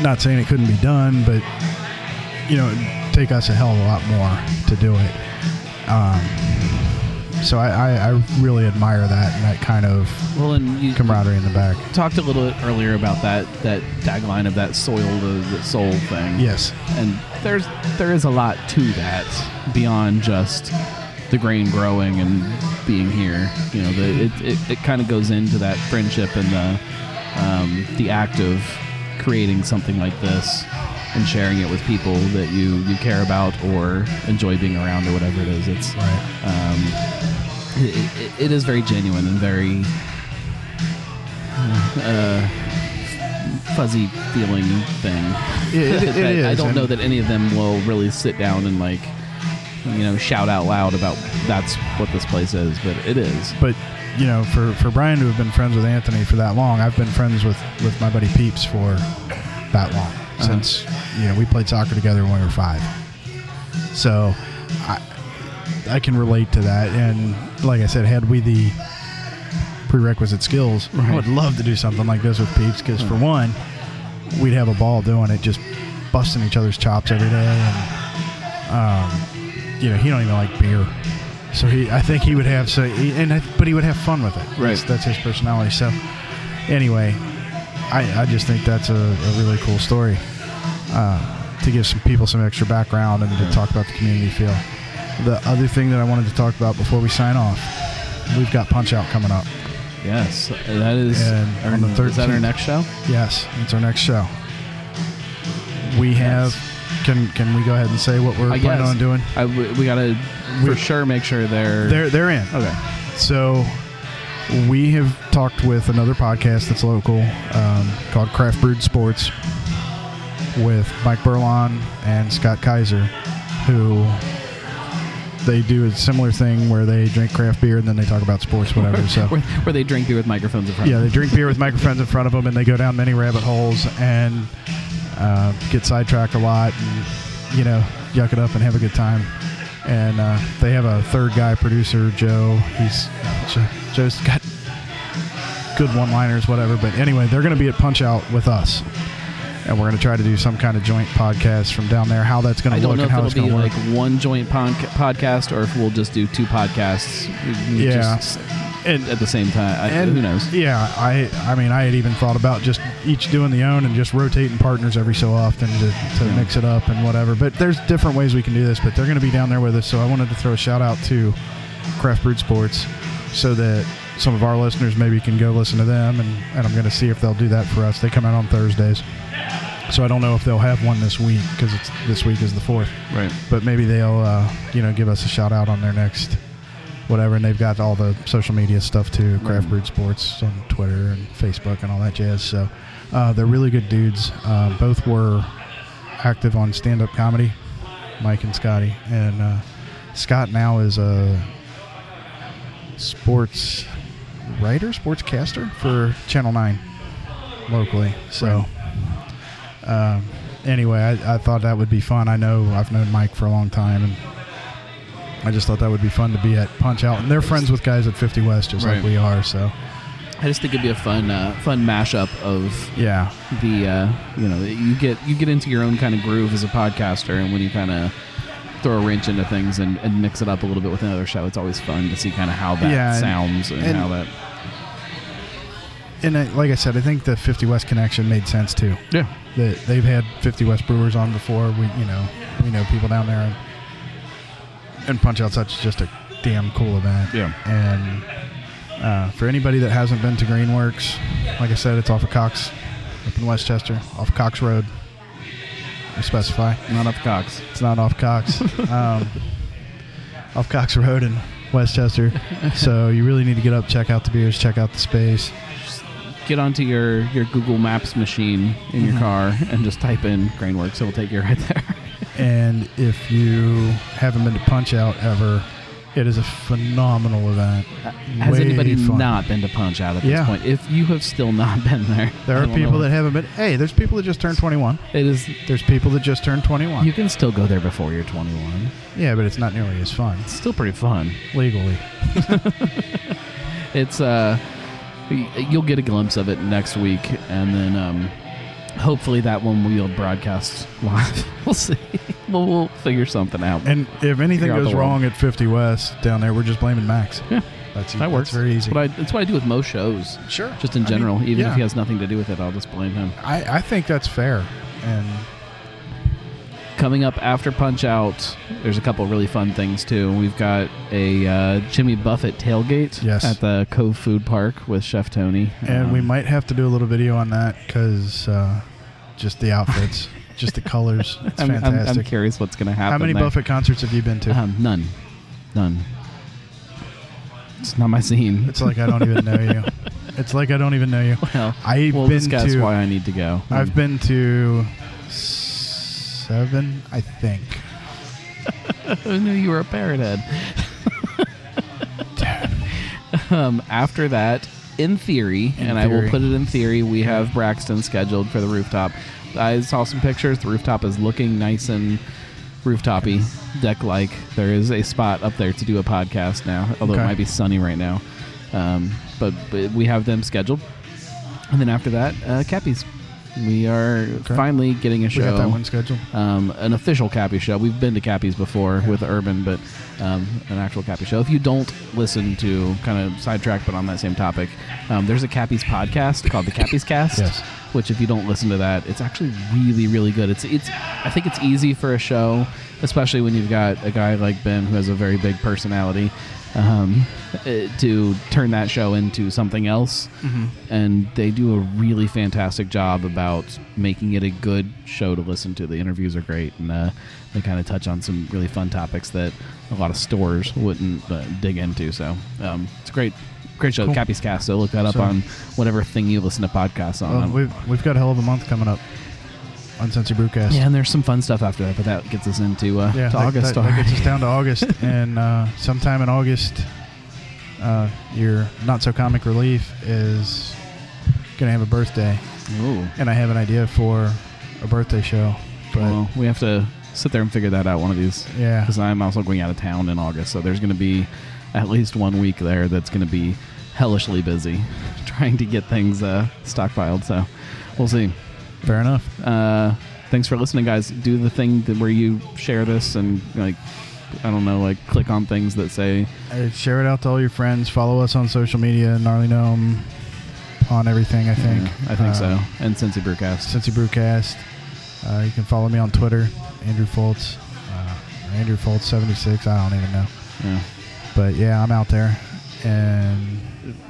S2: not saying it couldn't be done, but you know, it'd take us a hell of a lot more to do it. Um, so I, I, I really admire that and that kind of
S1: Well, and you
S2: camaraderie in the back.
S1: talked a little earlier about that that tagline of that soil to the soul thing.
S2: Yes,
S1: and there's there is a lot to that beyond just the grain growing and being here. You know, the, it it, it kind of goes into that friendship and the um, the act of creating something like this and sharing it with people that you you care about or enjoy being around or whatever it is. It's
S2: right.
S1: um, it, it, it is very genuine and very uh, fuzzy feeling thing.
S2: It, it, it
S1: <laughs> I, I
S2: is,
S1: don't
S2: and-
S1: know that any of them will really sit down and like you know shout out loud about that's what this place is, but it is.
S2: But you know, for for Brian to have been friends with Anthony for that long, I've been friends with with my buddy Peeps for that long
S1: Uh-huh.
S2: since you know we played soccer together when we were five. So I I can relate to that, and like I said, had we the prerequisite skills, I would love to do something like this with Peeps because for one, we'd have a ball doing it, just busting each other's chops every day, and um, you know he don't even like beer. So he, I think he would have so, he, and I, but he would have fun with it. That's,
S1: Right.
S2: that's his personality. So, anyway, I, I just think that's a, a really cool story uh, to give some people some extra background and to talk about the community feel. The other thing that I wanted to talk about before we sign off, we've got Punch Out coming up.
S1: Yes, that is.
S2: And
S1: our-
S2: on the
S1: is that our
S2: 13th.
S1: next show?
S2: Yes, it's our next show. We have. Can can we go ahead and say what we're
S1: I
S2: planning
S1: guess.
S2: on doing?
S1: I, we, we gotta for sure make sure they're
S2: They're they're in.
S1: okay.
S2: So we have talked with another podcast that's local um, called Craft Brewed Sports with Mike Burlon and Scott Kaiser, who they do a similar thing where they drink craft beer and then they talk about sports, whatever.
S1: <laughs>
S2: So
S1: Where, where they drink beer with microphones in front.
S2: yeah,
S1: of
S2: they drink beer with microphones in front of them, and they go down many rabbit holes and uh, get sidetracked a lot, and you know, yuck it up and have a good time. And uh, they have a third guy producer, Joe. He's Jo- Joe's got good one-liners, whatever. But anyway, they're going to be at Punch Out with us, and we're going to try to do some kind of joint podcast from down there. How that's going
S1: I
S2: to
S1: don't
S2: look
S1: know
S2: and
S1: if
S2: how it's
S1: it'll
S2: going
S1: be
S2: to work.
S1: like one joint pon- podcast or if we'll just do two podcasts. We- we
S2: Yeah.
S1: just-
S2: And-
S1: at the same time. I,
S2: And
S1: who knows?
S2: Yeah, I I mean I had even thought about just each doing the own and just rotating partners every so often to, to
S1: Yeah.
S2: mix it up and whatever. But there's different ways we can do this. But they're going to be down there with us, so I wanted to throw a shout out to Craft Brewed Sports so that some of our listeners maybe can go listen to them and, and I'm going to see if they'll do that for us. They come out on Thursdays. So I don't know if they'll have one this week because it's this week is the fourth
S1: Right.
S2: but maybe they'll uh, you know give us a shout out on their next whatever and they've got all the social media stuff too craft brewed sports on twitter and facebook and all that jazz so uh, they're really good dudes uh, both were active on stand-up comedy mike and scotty and uh, scott now is a sports writer sports caster for channel 9 locally so um, anyway, I, I thought that would be fun. I know I've known Mike for a long time, and I just thought that would be fun to be at Punch Out. And they're friends with guys at 50 West, just
S1: Right.
S2: like we are. So
S1: I just think it'd be a fun, uh, fun mashup of
S2: yeah,
S1: the, uh, you know, you get you get into your own kind of groove as a podcaster, and when you kind of throw a wrench into things and, and mix it up a little bit with another show, it's always fun to see kind of how that
S2: Yeah, and-
S1: sounds and,
S2: and-
S1: how that.
S2: and I, like I said, I think the 50 West connection made sense too.
S1: Yeah.
S2: That they've had 50 West Brewers on before. We you know we know people down there, and, and Punch Out's such just a damn cool event.
S1: Yeah.
S2: and. Uh, for anybody that hasn't been to Greenworks, like I said, it's off of Cox, up in Westchester, off Cox Road. specify.
S1: Not off Cox.
S2: It's not off Cox, um, off Cox Road in Westchester. So you really need to get up, check out the beers, check out the space.
S1: Get onto your, your Google Maps machine in
S2: Mm-hmm.
S1: your car and just type in Grainworks. It'll take you right there.
S2: <laughs> And if you haven't been to Punch Out ever, it is a phenomenal event.
S1: Has
S2: Way
S1: anybody
S2: fun.
S1: not been to Punch Out at this
S2: Yeah.
S1: point? If you have still not been there,
S2: There
S1: I
S2: are
S1: don't know.
S2: people that haven't been. Hey, there's people that just turned 21.
S1: it is.
S2: There's people that just turned 21.
S1: You can still go there before you're 21.
S2: yeah, but it's not nearly as fun
S1: It's still pretty fun.
S2: legally.
S1: It's uh, y- you'll get a glimpse of it next week, and then um, hopefully that one we'll broadcast live. <laughs> we'll see. We'll, we'll figure something out.
S2: And if anything
S1: Figure out
S2: goes
S1: the
S2: wrong at 50 West down there, we're just blaming Max.
S1: Yeah,
S2: That's e-
S1: that works.
S2: That's very easy.
S1: But I, that's what I do with most shows.
S2: sure.
S1: Just in general,
S2: I mean,
S1: even
S2: yeah.
S1: if he has nothing to do with it, I'll just blame him.
S2: I, I think that's fair. And
S1: Coming up after Punch Out, there's a couple really fun things too. We've got a uh, Jimmy Buffett tailgate
S2: Yes.
S1: at the Cove Food Park with Chef Tony,
S2: and we
S1: Um,
S2: might have to do a little video on that because uh, just the outfits, just
S1: <laughs>
S2: the colors. It's
S1: I'm, I'm- I'm
S2: fantastic.
S1: curious what's going to happen.
S2: How many
S1: there.
S2: Buffett concerts have you
S1: <laughs>
S2: been to?
S1: Um, none, none. It's not my scene.
S2: It's like I don't even know you. It's like I don't even know you.
S1: well,
S2: I've
S1: we'll
S2: been
S1: discuss
S2: to-
S1: why I need to go. Um,
S2: I've been to seven, I think.
S1: <laughs> I knew you were a parrot head. <laughs> um, after that, in theory,
S2: In
S1: and I will
S2: theory.
S1: put it in theory, we have Braxton scheduled for the rooftop. I saw some pictures. The rooftop is looking nice and rooftopy, deck like. There is a spot up there to do a podcast now, although it
S2: Okay.
S1: might be sunny right now. Um, but, but we have them scheduled. And then after that, uh, Cappy's. We are finally getting a show
S2: We got that one scheduled.
S1: um, an official Cappy show. We've been to Cappy's before with Urban, but um, an actual Cappy show. If you don't listen to kind of sidetrack, but on that same topic, um, there's a Cappy's podcast called the Cappy's Cast.
S2: Yes.
S1: Which, if you don't listen to that, it's actually really, really good. It's, it's. I think it's easy for a show, especially when you've got a guy like Ben who has a very big personality, um, eh, to turn that show into something else and they do a really fantastic job about making it a good show to listen to. The interviews are great, and uh, they kind of touch on some really fun topics that a lot of stores wouldn't uh, dig into. So um, it's a great, great show.
S2: Cool.
S1: Cappy's Cast. So look that up
S2: So-
S1: on whatever thing you listen to podcasts on. Um,
S2: Well, Um, we've we've got a hell of a month coming up on Sensi Brewcast.
S1: yeah, and there's some fun stuff after that, but that gets us into uh,
S2: Yeah,
S1: to
S2: that-
S1: August.
S2: That, that
S1: already.
S2: gets us down to <laughs> August, and uh, sometime in August, uh, your not so comic relief is gonna have a birthday,
S1: Ooh.
S2: and I have an idea for a birthday show. But
S1: Well, we have to sit there and figure that out one of these.
S2: yeah,
S1: because I'm also going out of town in August. So there's going to be at least one week there that's going to be hellishly busy <laughs> trying to get things uh, stockpiled. So we'll see.
S2: fair enough.
S1: Uh, thanks for listening, guys. Do the thing that, where you share this and like I don't know, like click on things that say
S2: Uh, share it out to all your friends. Follow us on social media, gnarly gnome, on everything. I think.
S1: I think so.
S2: Uh,
S1: And Cincy Brewcast.
S2: Cincy Brewcast. Uh, you can follow me on Twitter, Andrew Foltz, uh, Andrew Foltz seventy six. I don't even know.
S1: Yeah.
S2: But yeah, I'm out there, and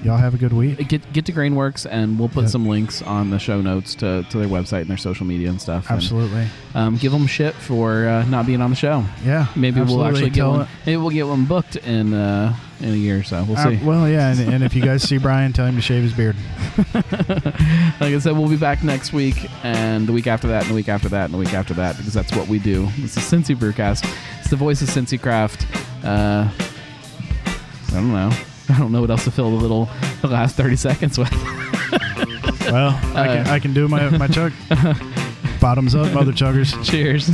S2: y'all have a good week.
S1: Get get to Grainworks, and we'll put
S2: Yep.
S1: some links on the show notes to, to their website and their social media and stuff. And,
S2: Absolutely.
S1: um, give them shit for uh, not being on the show.
S2: Yeah.
S1: Maybe we'll
S2: absolutely.
S1: actually get
S2: Tell
S1: one.
S2: it-
S1: Maybe we'll get one booked in uh, in a year or so. We'll
S2: Uh,
S1: see.
S2: well, yeah, and, and if you guys see Brian, tell him to shave his beard.
S1: <laughs> like I said, we'll be back next week, and the week after that, and the week after that, and the week after that, because that's what we do. This is Cincy Brewcast. It's the voice of Cincy Craft. Uh, I don't know. <laughs> I don't know what else to fill the little the last thirty seconds with. <laughs>
S2: Well, I,
S1: Uh. <laughs>
S2: can, I can do my my chug. Bottoms up, mother chuggers.
S1: Cheers.